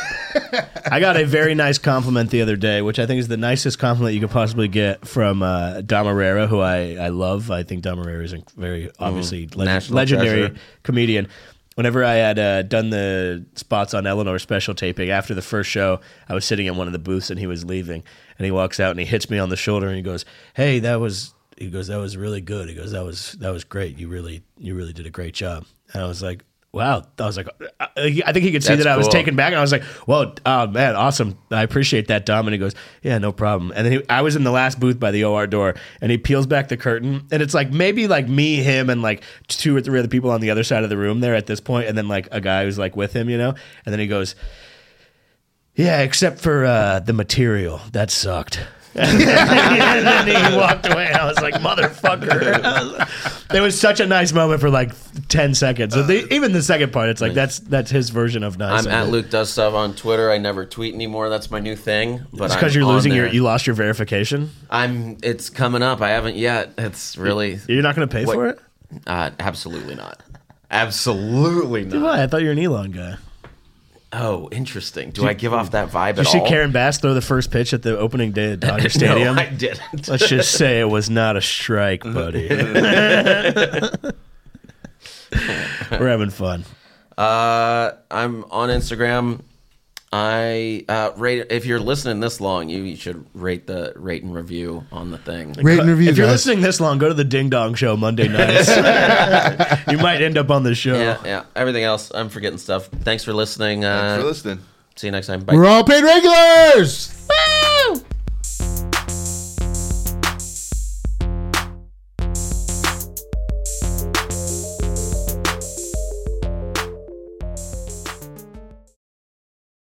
I got a very nice compliment the other day, which I think is the nicest compliment you could possibly get from uh, Dom Herrera, who I, I love. I think Dom Herrera is a very obviously leg-
Mm. National
legendary
treasure.
comedian. Whenever I had uh, done the spots on Eleanor special taping after the first show, I was sitting in one of the booths and he was leaving, and he walks out and he hits me on the shoulder and he goes, "Hey, that was." He goes, "That was really good." He goes, "That was that was great. You really you really did a great job." And I was like. Wow, I was like, I I think he could see
That's
that I was
cool.
taken back. And I was like, "Well, oh man, awesome! I appreciate that, Dom." And he goes, "Yeah, no problem." And then he, I was in the last booth by the OR door, and he peels back the curtain, and it's like maybe like me, him, and like two or three other people on the other side of the room there at this point, and then like a guy who's like with him, you know. And then he goes, "Yeah, except for uh, the material that sucked." and then he walked away, and I was like, "Motherfucker!" it was such a nice moment for like ten seconds. So they, even the second part, it's like that's that's his version of nice.
I'm at Luke Does Stuff on Twitter. I never tweet anymore. That's my new thing. But
It's because
I'm
you're
on
losing your
there.
you lost your verification.
I'm. It's coming up. I haven't yet. It's really.
You're not going to pay
What-
for it.
Uh, absolutely not. Absolutely not.
Why? I thought you were an Elon guy.
Oh, interesting. Do I give off that vibe
You
at
see
all?
Karen Bass throw the first pitch at the opening day at Dodger Stadium.
No, I didn't.
Let's just say it was not a strike, buddy. We're having fun.
Uh, I'm on Instagram. I uh, rate. If you're listening this long, you, you should rate the rate and review on the thing.
Great interview,
if you're
guys.
listening this long, go to the Ding Dong Show Monday nights. you might end up on the show.
Yeah, yeah. Everything else, I'm forgetting stuff. Thanks for listening. Uh,
Thanks for listening.
See you next time. Bye.
We're all paid regulars.